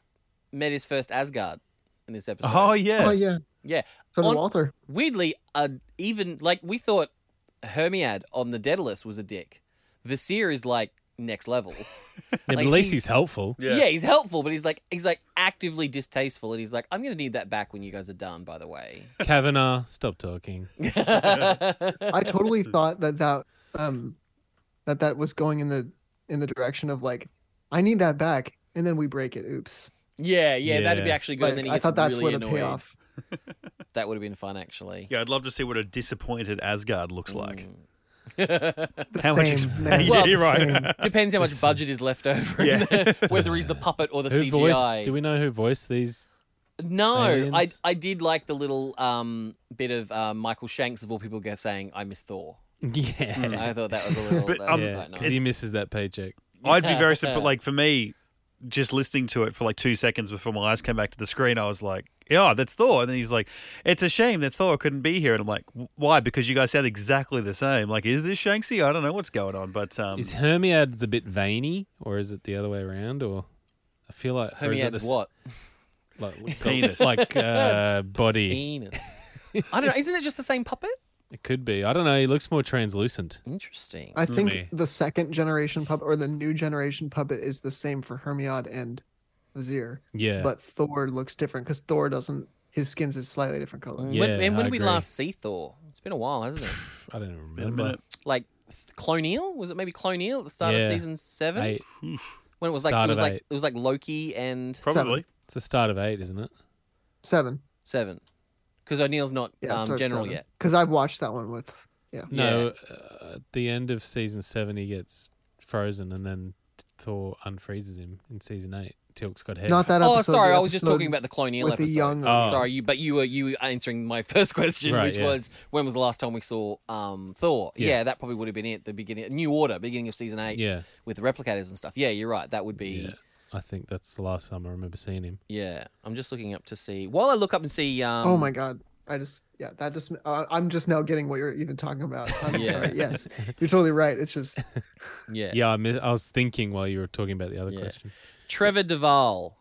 Speaker 1: met his first Asgard in this episode.
Speaker 4: Oh, yeah.
Speaker 3: Oh yeah.
Speaker 1: yeah.
Speaker 3: So did
Speaker 1: On-
Speaker 3: Walter.
Speaker 1: Weirdly, uh, even like we thought Hermiad on the Daedalus was a dick. Vasir is like next level.
Speaker 2: Yeah, but
Speaker 1: Like,
Speaker 2: at least
Speaker 1: he's-
Speaker 2: he's, helpful.
Speaker 1: Yeah. he's helpful, but he's like he's like actively distasteful, and he's like, I'm gonna need that back when you guys are done. By the way,
Speaker 2: Kavanaugh, stop talking.
Speaker 3: I totally thought that that um that that was going in the in the direction of like I need that back, and then we break it. Oops.
Speaker 1: yeah, yeah, that'd be
Speaker 2: Yeah.
Speaker 1: actually good. and then he
Speaker 3: Like I
Speaker 1: gets
Speaker 3: thought that's
Speaker 1: really
Speaker 3: where the
Speaker 1: annoyed.
Speaker 3: payoff.
Speaker 1: That would have been fun, actually.
Speaker 4: Yeah, I'd love to see what a disappointed Asgard looks like.
Speaker 3: The
Speaker 4: Mm. How much
Speaker 3: same,
Speaker 4: ex-
Speaker 3: man.
Speaker 4: Yeah,
Speaker 1: Well,
Speaker 4: you're right.
Speaker 3: Same.
Speaker 1: Depends how much budget is left over. in
Speaker 4: Yeah.
Speaker 1: the- whether he's the puppet or the
Speaker 2: Who
Speaker 1: CGI.
Speaker 2: voiced? Do we know who voiced these?
Speaker 1: no, I
Speaker 2: Aliens?
Speaker 1: I did like the little um bit of uh, Michael Shanks of all people go saying I miss Thor.
Speaker 2: Yeah,
Speaker 1: Mm, I thought that was a little.
Speaker 4: But,
Speaker 1: that
Speaker 4: um,
Speaker 1: was
Speaker 2: yeah,
Speaker 1: quite
Speaker 2: because he
Speaker 1: nice.
Speaker 2: misses that paycheck.
Speaker 4: I'd be very surprised. Like for me, just listening to it for like two seconds before my eyes came back to the screen, I was like, "Yeah, that's Thor." And then he's like, "It's a shame that Thor couldn't be here." And I'm like, "Why?" Because you guys sound exactly the same. Like, is this Shanksy? I don't know what's going on, but um,
Speaker 2: Is Hermiad a bit veiny, or is it the other way around? Or I feel like or is it
Speaker 1: Hermia's
Speaker 2: the s-
Speaker 1: what?
Speaker 2: Like
Speaker 4: Penis.
Speaker 2: like uh, body.
Speaker 1: Penis. I don't know. Isn't it just the same puppet?
Speaker 2: It could be. I don't know. He looks more translucent.
Speaker 1: Interesting.
Speaker 3: I think
Speaker 2: Me.
Speaker 3: the second generation puppet or the new generation puppet is the same for Hermiod and Vizier,
Speaker 2: Yeah,
Speaker 3: but Thor looks different because Thor doesn't. His skin's is slightly different color.
Speaker 1: when,
Speaker 2: Yeah,
Speaker 1: and when
Speaker 2: I
Speaker 1: did we
Speaker 2: agree.
Speaker 1: last see Thor? It's been a while, hasn't it?
Speaker 2: I don't even
Speaker 4: Wait a
Speaker 2: remember.
Speaker 4: minute.
Speaker 1: like th- Cloneal? Was it maybe Cloneal at the start of
Speaker 2: Yeah.
Speaker 1: season seven?
Speaker 2: Eight.
Speaker 1: When it was like
Speaker 2: Start
Speaker 1: it was
Speaker 2: of
Speaker 1: like
Speaker 2: eight.
Speaker 1: it was like Loki and
Speaker 4: probably.
Speaker 2: It's the start of eight, isn't it?
Speaker 3: Seven.
Speaker 1: seven. Because O'Neill's not
Speaker 3: Yeah,
Speaker 1: um, general yet.
Speaker 3: Because I've watched that one with. Yeah.
Speaker 2: No, uh, at the end of season seven, he gets frozen, and then Thor unfreezes him in season eight. Tilk's got hair.
Speaker 3: Not that
Speaker 1: Oh,
Speaker 3: episode.
Speaker 1: sorry,
Speaker 3: the
Speaker 1: I was just
Speaker 3: episode
Speaker 1: talking about the Cloneal
Speaker 3: with
Speaker 1: episode.
Speaker 3: the young.
Speaker 2: Oh.
Speaker 1: Sorry, you but you were you were answering my first question,
Speaker 2: Right,
Speaker 1: which
Speaker 2: yeah.
Speaker 1: was when was the last time we saw um, Thor? Yeah.
Speaker 2: Yeah.
Speaker 1: that probably would have been it. The beginning, New Order, beginning of season eight,
Speaker 2: Yeah.
Speaker 1: with the replicators and stuff. Yeah, you're right. That would be
Speaker 2: Yeah. I think that's the last time I remember seeing him.
Speaker 1: Yeah, I'm just looking up to see. While I look up and see, um,
Speaker 3: oh my god. I just yeah, that just uh, I'm just now getting what you're even talking about. I'm
Speaker 1: Yeah.
Speaker 3: sorry. Yes. You're tototally right. It's just
Speaker 1: yeah,
Speaker 2: Yeah, I, mi- I was thinking while you were talking about the other
Speaker 1: Yeah.
Speaker 2: question.
Speaker 1: Trevor Duvall.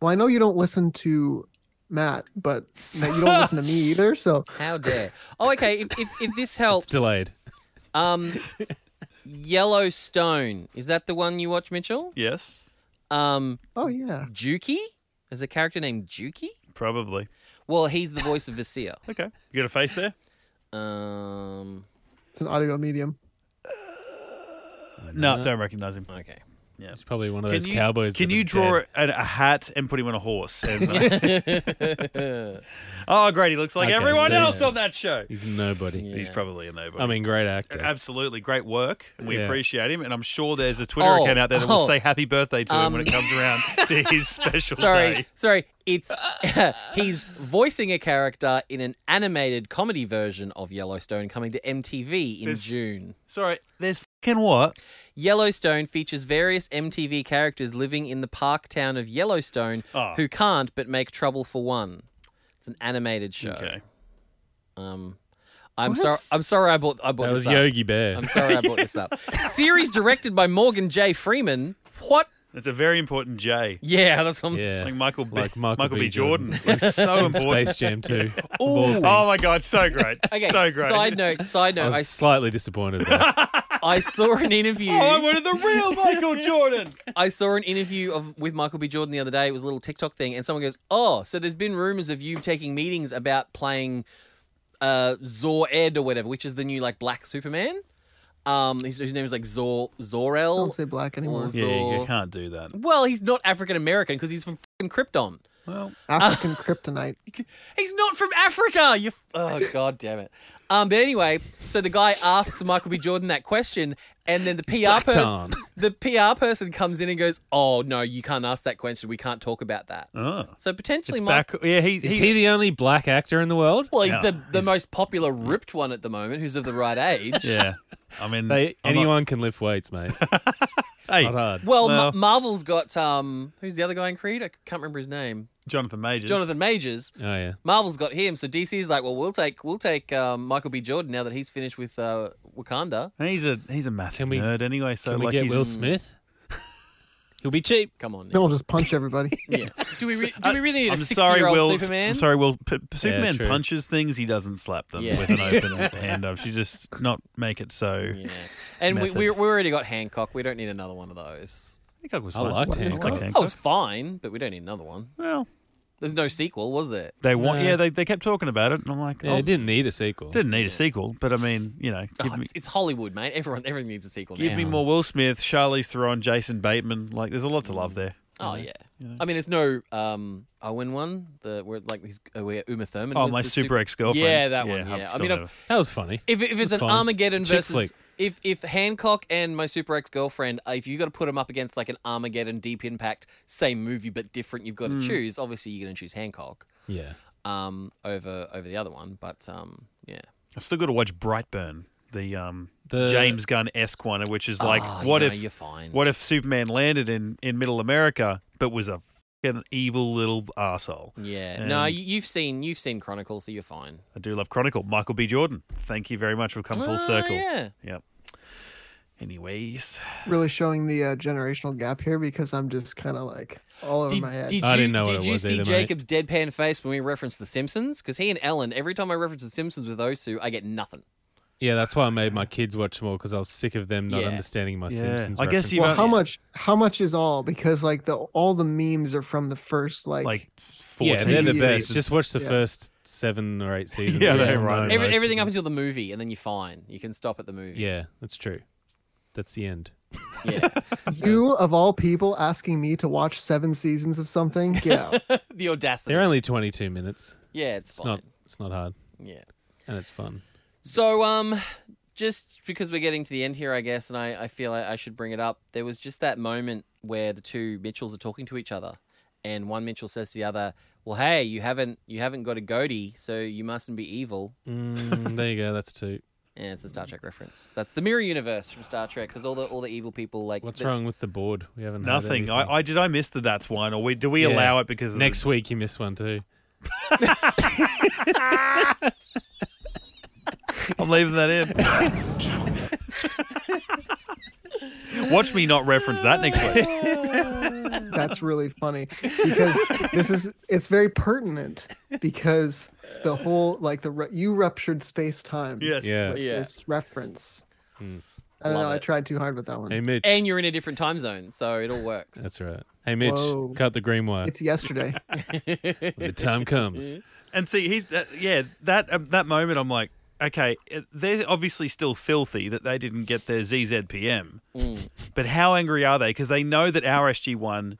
Speaker 3: well, I know you don't listen to Matt, but you don't listen to me either. So
Speaker 1: How dare? Oh, okay. If, if, if this helps,
Speaker 2: It's delayed.
Speaker 1: um, Yellowstone is that the one you watch, Mitchell?
Speaker 4: Yes,
Speaker 1: Um,
Speaker 3: oh yeah.
Speaker 1: Juki. There's a character named Juki.
Speaker 4: probably.
Speaker 1: Well, he's the voice of Vasir.
Speaker 4: Okay, you got a face there?
Speaker 1: Um,
Speaker 3: It's an audio medium.
Speaker 4: No, don't recognize him.
Speaker 1: okay.
Speaker 2: It's probably one of
Speaker 4: Can
Speaker 2: those
Speaker 4: you,
Speaker 2: cowboys.
Speaker 4: Can
Speaker 2: that
Speaker 4: you
Speaker 2: are
Speaker 4: draw
Speaker 2: dead.
Speaker 4: a, a hat and put him on a horse? And, oh, great! He looks like
Speaker 2: Okay,
Speaker 4: everyone
Speaker 2: so-
Speaker 4: else on that show.
Speaker 2: He's nobody.
Speaker 4: He's
Speaker 1: Yeah.
Speaker 4: probably a nobody.
Speaker 2: I mean, great actor.
Speaker 4: Absolutely, great work. We
Speaker 2: Yeah.
Speaker 4: appreciate him, and I'm sure there's a Twitter
Speaker 1: Oh,
Speaker 4: account out there that will
Speaker 1: oh,
Speaker 4: say happy birthday to him
Speaker 1: um,
Speaker 4: when it comes around to his special
Speaker 1: Sorry,
Speaker 4: day.
Speaker 1: sorry. It's he's voicing a character in an animated comedy version of Yellowstone coming to MTV in
Speaker 4: This-
Speaker 1: June.
Speaker 4: Sorry, there's fucking what?
Speaker 1: Yellowstone features various MTV characters living in the park town of Yellowstone
Speaker 4: Ah.
Speaker 1: who can't but make trouble for one. It's an animated show.
Speaker 4: Okay,
Speaker 1: Um, I'm sorry. I'm sorry. I bought. I bought
Speaker 2: That
Speaker 1: this
Speaker 2: was
Speaker 1: up.
Speaker 2: Yogi Bear.
Speaker 1: I'm sorry. I bought this up. Series directed by Morgan J. Freeman. What?
Speaker 4: that's a very important J.
Speaker 1: Yeah, that's what I'm
Speaker 2: Yeah.
Speaker 4: It's Like Michael, B,
Speaker 2: Like Michael
Speaker 4: Michael B.
Speaker 2: B.
Speaker 4: Jordan.
Speaker 2: Jordan.
Speaker 4: It's like so important.
Speaker 2: Space Jam 2.
Speaker 4: Oh my God, so great.
Speaker 1: Okay,
Speaker 4: so great.
Speaker 1: side note, side
Speaker 2: I
Speaker 1: note.
Speaker 2: was
Speaker 1: I, s-
Speaker 2: slightly disappointed. There.
Speaker 1: I saw an interview.
Speaker 4: Oh, I wanted the real Michael Jordan.
Speaker 1: I saw an interview of with Michael B. Jordan the other day. It was a little TikTok thing, and someone goes, "Oh, so there's been rumors of you taking meetings about playing uh, Zor Ed or whatever, which is the new like Black Superman. Um, his, his name is like Zor Zorel.
Speaker 3: Don't say black anymore.
Speaker 1: Yeah.
Speaker 4: Yeah, you
Speaker 1: So-
Speaker 4: can't do that.
Speaker 1: well, he's not African American because he's from fing Krypton.
Speaker 4: Well,
Speaker 3: African kryptonite.
Speaker 1: He's not from Africa. You. f- Oh God damn it. Um, but anyway, so the guy asks Michael B. Jordan that question, and then the PR person,
Speaker 2: Blacked on.
Speaker 1: the PR person comes in and goes, "Oh no, you can't ask that question. We can't talk about that."
Speaker 4: oh.
Speaker 1: So potentially, Michael.
Speaker 4: back. Yeah, he,
Speaker 2: Is
Speaker 4: he-
Speaker 2: he the only black actor in the world?
Speaker 1: Well, he's
Speaker 4: Yeah.
Speaker 1: the, the most popular ripped one at the moment, who's of the right age.
Speaker 4: Yeah, I mean,
Speaker 2: They,
Speaker 4: I'm not-
Speaker 2: anyone can lift weights, mate.
Speaker 4: hey,
Speaker 2: Not hard.
Speaker 1: Well, Ma-
Speaker 4: Well-
Speaker 1: Marvel's got um, who's the other guy in Creed? I can't remember his name.
Speaker 4: Jonathan Majors.
Speaker 1: Jonathan Majors.
Speaker 2: Oh yeah.
Speaker 1: Marvel's got him, so DC's like, well, we'll take we'll take um, Michael B. Jordan now that he's finished with uh, Wakanda.
Speaker 4: He's a he's a massive
Speaker 2: Can we-
Speaker 4: nerd anyway. So
Speaker 2: Can we
Speaker 4: like
Speaker 2: get
Speaker 4: he's,
Speaker 2: Will Smith? He'll be cheap.
Speaker 1: Come on,
Speaker 3: Then
Speaker 1: now.
Speaker 3: we'll just punch everybody.
Speaker 1: yeah. Do we re- do we really need
Speaker 4: uh, I'm
Speaker 1: a sixty
Speaker 4: sorry,
Speaker 1: year
Speaker 4: Will.
Speaker 1: old
Speaker 4: S-
Speaker 1: Superman?
Speaker 4: I'm sorry, Will. P- P- Superman
Speaker 2: true.
Speaker 4: punches things. He doesn't slap them
Speaker 1: Yeah.
Speaker 4: with an open hand. I should just not make it so.
Speaker 1: Yeah. And we,
Speaker 4: Method.
Speaker 1: we we already got Hancock. We don't need another one of those.
Speaker 4: Hancock was
Speaker 2: I
Speaker 4: fine.
Speaker 2: liked
Speaker 3: Hancock.
Speaker 4: liked
Speaker 2: Oh.
Speaker 1: That was fine, but we don't need another one.
Speaker 4: Well,
Speaker 1: There's no sequel, was there?
Speaker 4: they want.
Speaker 2: No.
Speaker 4: Yeah, they, they kept talking about it, and I'm like,
Speaker 2: Yeah,
Speaker 4: oh,
Speaker 2: it didn't need a sequel.
Speaker 4: didn't need a sequel, but I mean, you know,
Speaker 1: Oh,
Speaker 4: give me
Speaker 1: it's, it's Hollywood, mate. Everyone everything needs a sequel
Speaker 4: give
Speaker 1: now.
Speaker 4: me more Will Smith, Charlize Theron, Jason Bateman. Like, there's a lot to love there.
Speaker 1: Oh yeah. I mean, it's no um Owen one. The where like he's uh, where Uma Thurman.
Speaker 4: Oh,
Speaker 1: was
Speaker 4: my
Speaker 1: the
Speaker 4: super ex girlfriend.
Speaker 1: Yeah, that one. Yeah. I mean, I've-
Speaker 2: That was funny.
Speaker 1: if if it's
Speaker 2: That's
Speaker 1: an
Speaker 2: fine.
Speaker 1: Armageddon
Speaker 2: It's a chick
Speaker 1: versus
Speaker 2: flick.
Speaker 1: if if Hancock and my super ex girlfriend, uh, if you got to put them up against like an Armageddon Deep Impact, same movie but different, you've
Speaker 2: Hmm.
Speaker 1: got to choose. Obviously, you're going to choose Hancock
Speaker 2: Yeah.
Speaker 1: um over over the other one, but um yeah.
Speaker 4: I've still got to watch Brightburn, the um
Speaker 2: The-
Speaker 4: James Gunn esque one, which is like,
Speaker 1: Ah,
Speaker 4: what
Speaker 1: no,
Speaker 4: if
Speaker 1: you're fine?
Speaker 4: What if Superman landed in, in Middle America but was a fucking evil little arsehole?
Speaker 1: Yeah. no,
Speaker 2: um,
Speaker 4: And-
Speaker 1: you, you've seen you've seen Chronicle, so you're fine.
Speaker 4: I do love Chronicle. Michael B. Jordan. Thank you very much for coming
Speaker 1: Ah,
Speaker 4: full circle.
Speaker 1: Yeah.
Speaker 4: Yep. Anyways,
Speaker 3: really showing the uh, generational gap here because I'm just kind of like all over
Speaker 1: Did,
Speaker 3: my head.
Speaker 1: did you,
Speaker 2: I didn't know what
Speaker 1: did
Speaker 2: it
Speaker 1: you
Speaker 2: was
Speaker 1: see
Speaker 2: either, mate.
Speaker 1: Jacob's deadpan face when we referenced The Simpsons? Because he and Ellen, every time I reference The Simpsons with those two, I get nothing.
Speaker 2: Yeah, that's why I made my kids watch more because I was sick of them not
Speaker 1: Yeah.
Speaker 2: understanding my
Speaker 4: Yeah.
Speaker 2: Simpsons.
Speaker 4: I guess you
Speaker 2: reference.
Speaker 3: well,
Speaker 4: know-
Speaker 3: how much? How much is all? Because like the all the memes are from the first like.
Speaker 4: like 14
Speaker 2: yeah, they're the
Speaker 3: years.
Speaker 2: best. Just watch the
Speaker 3: Yeah.
Speaker 2: first seven or eight seasons.
Speaker 4: Yeah,
Speaker 2: and
Speaker 4: they're
Speaker 2: you'll
Speaker 4: right.
Speaker 2: know
Speaker 1: Every,
Speaker 2: most of
Speaker 1: everything
Speaker 2: them.
Speaker 1: up until the movie, and then you're fine. You can stop at the movie.
Speaker 2: Yeah, that's true. That's the end.
Speaker 1: Yeah.
Speaker 3: you of all people asking me to watch seven seasons of something. Get out.
Speaker 1: the audacity.
Speaker 2: They're only 22 minutes.
Speaker 1: yeah, it's,
Speaker 2: It's
Speaker 1: fine.
Speaker 2: not. It's not hard,
Speaker 1: Yeah.
Speaker 2: and it's fun.
Speaker 1: So, um, just because we're getting to the end here, I guess, and I, I feel I, I should bring it up. There was just that moment where the two Mitchells are talking to each other, and one Mitchell says to the other, "Well, hey, you haven't you haven't got a goatee, so you mustn't be evil."
Speaker 2: Mm, there you go. That's two.
Speaker 1: Yeah, it's a Star Trek reference. That's the mirror universe from Star Trek because all the all the evil people like
Speaker 2: What's
Speaker 1: the-
Speaker 2: wrong with the board? We haven't heard
Speaker 4: Nothing.
Speaker 2: anything.
Speaker 4: I, I did. I miss the that's one, or we do we
Speaker 2: Yeah.
Speaker 4: allow it because of
Speaker 2: Next week you miss one too.
Speaker 4: The, I'm leaving that in. Watch me not reference that next week.
Speaker 3: That's really funny because this is it's very pertinent because the whole like the ru- you ruptured space time.
Speaker 4: Yes.
Speaker 2: Yeah.
Speaker 3: with
Speaker 1: Yeah.
Speaker 3: this reference.
Speaker 2: Hmm.
Speaker 3: I don't
Speaker 1: Love
Speaker 3: know. I
Speaker 1: it.
Speaker 3: tried too hard with that one.
Speaker 2: Hey Mitch.
Speaker 1: And you're in a different time zone, so it all works.
Speaker 2: That's right. Hey Mitch,
Speaker 3: Whoa.
Speaker 2: cut the green wire.
Speaker 3: It's yesterday.
Speaker 2: when the time comes.
Speaker 4: And see, he's that, yeah. That um, that moment, I'm like, okay, uh, they're obviously still filthy that they didn't get their ZZPM.
Speaker 1: Mm.
Speaker 4: But how angry are they? Because they know that our SG one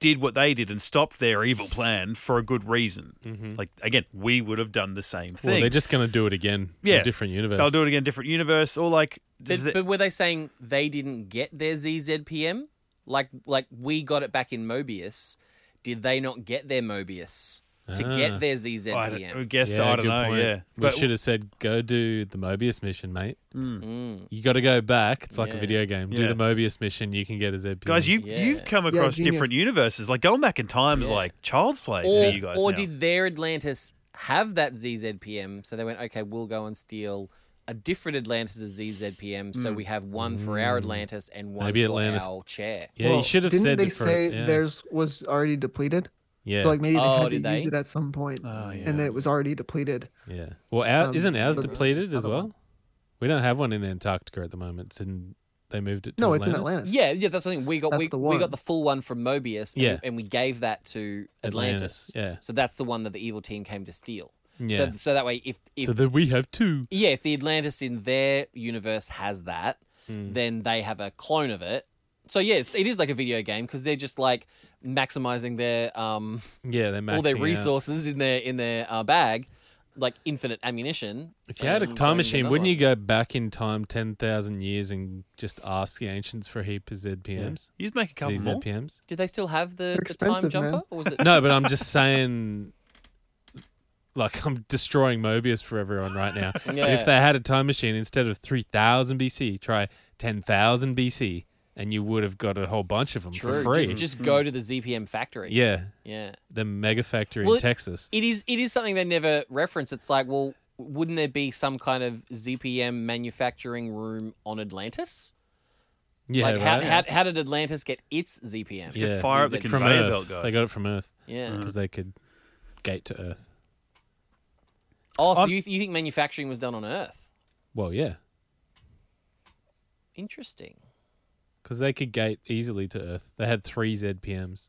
Speaker 4: did what they did and stopped their evil plan for a good reason.
Speaker 1: Mm-hmm.
Speaker 4: Like again, we would have done the same thing.
Speaker 2: Well, they're just going to do it again. in
Speaker 4: yeah,
Speaker 2: a different universe.
Speaker 4: They'll do it again, different universe, or like.
Speaker 1: But,
Speaker 4: Does it,
Speaker 1: but were they saying they didn't get their ZZPM? Like like we got it back in Mobius. Did they not get their Mobius to
Speaker 2: Ah.
Speaker 1: get their
Speaker 4: Oh, I, don't, I
Speaker 1: ZZPM?
Speaker 4: guess I don't
Speaker 2: good
Speaker 4: know.
Speaker 2: point.
Speaker 4: Yeah,
Speaker 2: we
Speaker 4: but Hmm.
Speaker 2: should have said go do the Mobius mission, mate.
Speaker 3: Mm.
Speaker 2: You got to go back. It's like
Speaker 1: Yeah.
Speaker 2: a video game.
Speaker 4: Yeah.
Speaker 2: Do the Mobius mission, you can get a ZP.
Speaker 4: guys, you
Speaker 1: Yeah.
Speaker 4: you've come across
Speaker 3: genius.
Speaker 4: different universes. Like going back in time is like child's play
Speaker 1: Or,
Speaker 4: for you guys.
Speaker 1: or
Speaker 4: now.
Speaker 1: did their Atlantis have that ZZPM? So they went, okay, we'll go and steal a different Atlantis' ZZPM.
Speaker 4: Hmm.
Speaker 1: So we have one for our Atlantis and one
Speaker 2: Maybe
Speaker 1: for
Speaker 2: Atlantis-
Speaker 1: our chair.
Speaker 2: yeah,
Speaker 3: Well,
Speaker 2: you should have
Speaker 3: didn't
Speaker 2: said
Speaker 3: they
Speaker 2: it for-
Speaker 3: say
Speaker 2: yeah.
Speaker 3: theirs was already depleted?
Speaker 2: yeah, Oh,
Speaker 3: So like maybe they
Speaker 1: Oh,
Speaker 3: had to
Speaker 1: did
Speaker 3: use
Speaker 1: they?
Speaker 3: it at some point,
Speaker 4: yeah.
Speaker 3: and then it was already depleted.
Speaker 2: yeah. Well, our,
Speaker 3: um,
Speaker 2: isn't ours
Speaker 3: the-
Speaker 2: depleted as
Speaker 3: other
Speaker 2: well?
Speaker 3: one.
Speaker 2: We don't have one in Antarctica at the moment. It's in, they moved it. To
Speaker 3: No,
Speaker 2: Atlantis.
Speaker 3: it's in Atlantis.
Speaker 1: Yeah, yeah, that's the thing. We got
Speaker 3: That's
Speaker 1: we,
Speaker 3: the
Speaker 1: we
Speaker 3: one.
Speaker 1: got the full one from Mobius, and,
Speaker 2: Yeah.
Speaker 1: and we gave that to Atlantis.
Speaker 2: Atlantis, yeah.
Speaker 1: So that's the one that the evil team came to steal.
Speaker 2: Yeah.
Speaker 1: So, so that way, if, if
Speaker 2: So then we have two.
Speaker 1: yeah, if the Atlantis in their universe has that,
Speaker 2: Hmm.
Speaker 1: then they have a clone of it. So yeah, it's, it is like a video game because they're just like maximizing their um
Speaker 2: Yeah, they're
Speaker 1: all their
Speaker 2: maxing out.
Speaker 1: resources in their in their uh, bag, like infinite ammunition.
Speaker 2: If you had a
Speaker 1: and
Speaker 2: time
Speaker 1: going
Speaker 2: machine,
Speaker 1: Mm, another
Speaker 2: wouldn't you
Speaker 1: one.
Speaker 2: go back in time ten thousand years and just ask the ancients for a heap of ZPMs?
Speaker 4: you just make a couple more?
Speaker 2: ZZPMs?
Speaker 1: Did they still have the, the time
Speaker 3: expensive,
Speaker 1: jumper,
Speaker 3: man.
Speaker 1: or was it
Speaker 2: No, but I'm just saying, like, I'm destroying Mobius for everyone right now. But
Speaker 1: Yeah.
Speaker 2: If they had a time machine, instead of 3000 BC, try 10,000 BC, and you would have got a whole bunch of them
Speaker 1: true?
Speaker 2: for free.
Speaker 1: Just, just
Speaker 3: Hmm.
Speaker 1: go to the ZPM factory.
Speaker 2: yeah,
Speaker 1: yeah.
Speaker 2: the mega factory
Speaker 1: Well,
Speaker 2: in Texas.
Speaker 1: It is it is something they never reference. It's like, well, wouldn't there be some kind of ZPM manufacturing room on Atlantis?
Speaker 2: Yeah,
Speaker 1: like
Speaker 2: right?
Speaker 1: how, how, how did Atlantis get its ZPM?
Speaker 2: Yeah. Mm.
Speaker 4: Fire up the
Speaker 1: ZZPM.
Speaker 2: from
Speaker 4: conveyor
Speaker 2: Earth.
Speaker 4: belt, guys.
Speaker 2: They got it from Earth
Speaker 1: Yeah.
Speaker 2: because they could gate to Earth.
Speaker 1: Oh, so
Speaker 4: I'm-
Speaker 1: you, you think manufacturing was done on Earth?
Speaker 2: Well, yeah,
Speaker 1: Interesting.
Speaker 2: because they could gate easily to Earth. They had three ZPMs.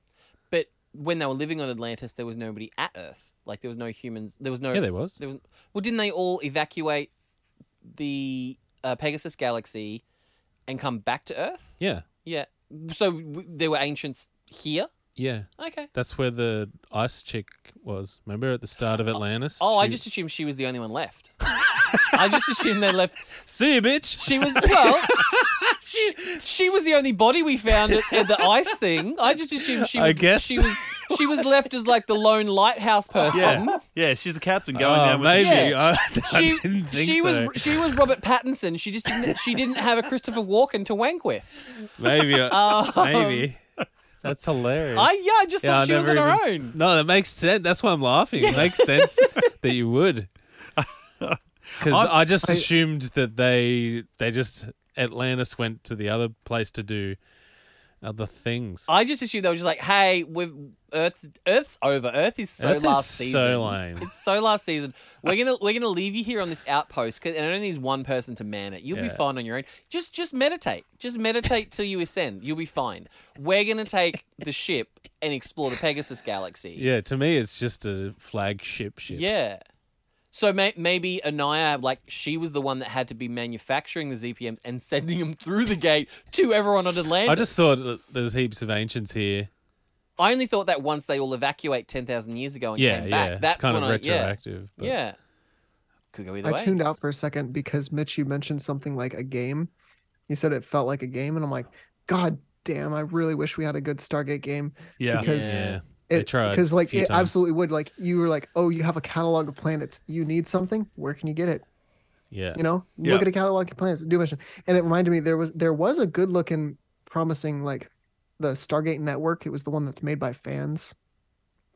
Speaker 1: But when they were living on Atlantis, there was nobody at Earth. Like there was no humans. There was no.
Speaker 2: Yeah, there was.
Speaker 1: There was. Well, didn't they all evacuate the uh, Pegasus galaxy and come back to Earth?
Speaker 2: Yeah,
Speaker 1: Yeah. So w- there were ancients here.
Speaker 2: yeah.
Speaker 1: Okay.
Speaker 2: That's where the ice chick was. Remember at the start of Atlantis?
Speaker 1: Oh, I
Speaker 2: She-
Speaker 1: just assumed she was the only one left. I just assumed they left.
Speaker 2: see you, bitch.
Speaker 1: She was well. she, she was the only body we found at, at the ice thing. I just assumed she
Speaker 2: I
Speaker 1: was.
Speaker 2: guess.
Speaker 1: she was. She was left as like the lone lighthouse person.
Speaker 4: Yeah, yeah. She's the captain going
Speaker 2: Oh,
Speaker 4: down with
Speaker 2: maybe.
Speaker 4: the ship.
Speaker 1: ship.
Speaker 2: I, I
Speaker 1: She,
Speaker 2: didn't think
Speaker 1: she
Speaker 2: so.
Speaker 1: was she was Robert Pattinson. She just didn't, she didn't have a Christopher Walken to wank with.
Speaker 2: maybe. I- maybe. That's hilarious.
Speaker 1: Um, I yeah, I just
Speaker 2: Yeah,
Speaker 1: thought
Speaker 2: I
Speaker 1: she was on
Speaker 2: never
Speaker 1: her
Speaker 2: even-
Speaker 1: own.
Speaker 2: No, that makes sense. That's why I'm laughing. It makes sense that you would. Because I just assumed that they they just Atlantis went to the other place to do other things.
Speaker 1: I just assumed they were just like, hey, we've Earth's Earth's over. Earth is so
Speaker 2: Earth is
Speaker 1: last
Speaker 2: so
Speaker 1: season.
Speaker 2: lame.
Speaker 1: It's so last season. We're gonna we're gonna leave you here on this outpost, 'cause- and it only needs one person to man it. You'll be
Speaker 2: Yeah.
Speaker 1: fine on your own. Just just meditate. Just meditate till you ascend. You'll be fine. We're gonna take the ship and explore the Pegasus galaxy.
Speaker 2: yeah, to me, it's just a flagship ship.
Speaker 1: Yeah. So may- maybe Anaya, like she was the one that had to be manufacturing the ZPMs and sending them through the gate to everyone on Atlantis.
Speaker 2: I just thought that there was heaps of ancients here.
Speaker 1: I only thought that once they all evacuate ten thousand years ago and
Speaker 2: Yeah,
Speaker 1: came
Speaker 2: yeah.
Speaker 1: back. That's
Speaker 2: it's kind
Speaker 1: when
Speaker 2: of
Speaker 1: I,
Speaker 2: retroactive. but-
Speaker 1: Yeah, yeah. Could go either
Speaker 3: I
Speaker 1: way.
Speaker 3: tuned out for a second because Mitch, you mentioned something like a game. You said it felt like a game, and I'm like, God damn! I really wish we had a good Stargate game.
Speaker 4: Yeah.
Speaker 3: because
Speaker 2: Yeah. They
Speaker 3: it
Speaker 2: tried
Speaker 3: because
Speaker 2: a
Speaker 3: like
Speaker 2: few
Speaker 3: it
Speaker 2: times.
Speaker 3: absolutely would. Like you were like, oh, you have a catalog of planets. You need something. Where can you get it?
Speaker 2: Yeah.
Speaker 3: You know,
Speaker 4: Yeah.
Speaker 3: look at a catalog of planets, do a mission. And it reminded me there was there was a good looking, promising like the Stargate Network. It was the one that's made by fans.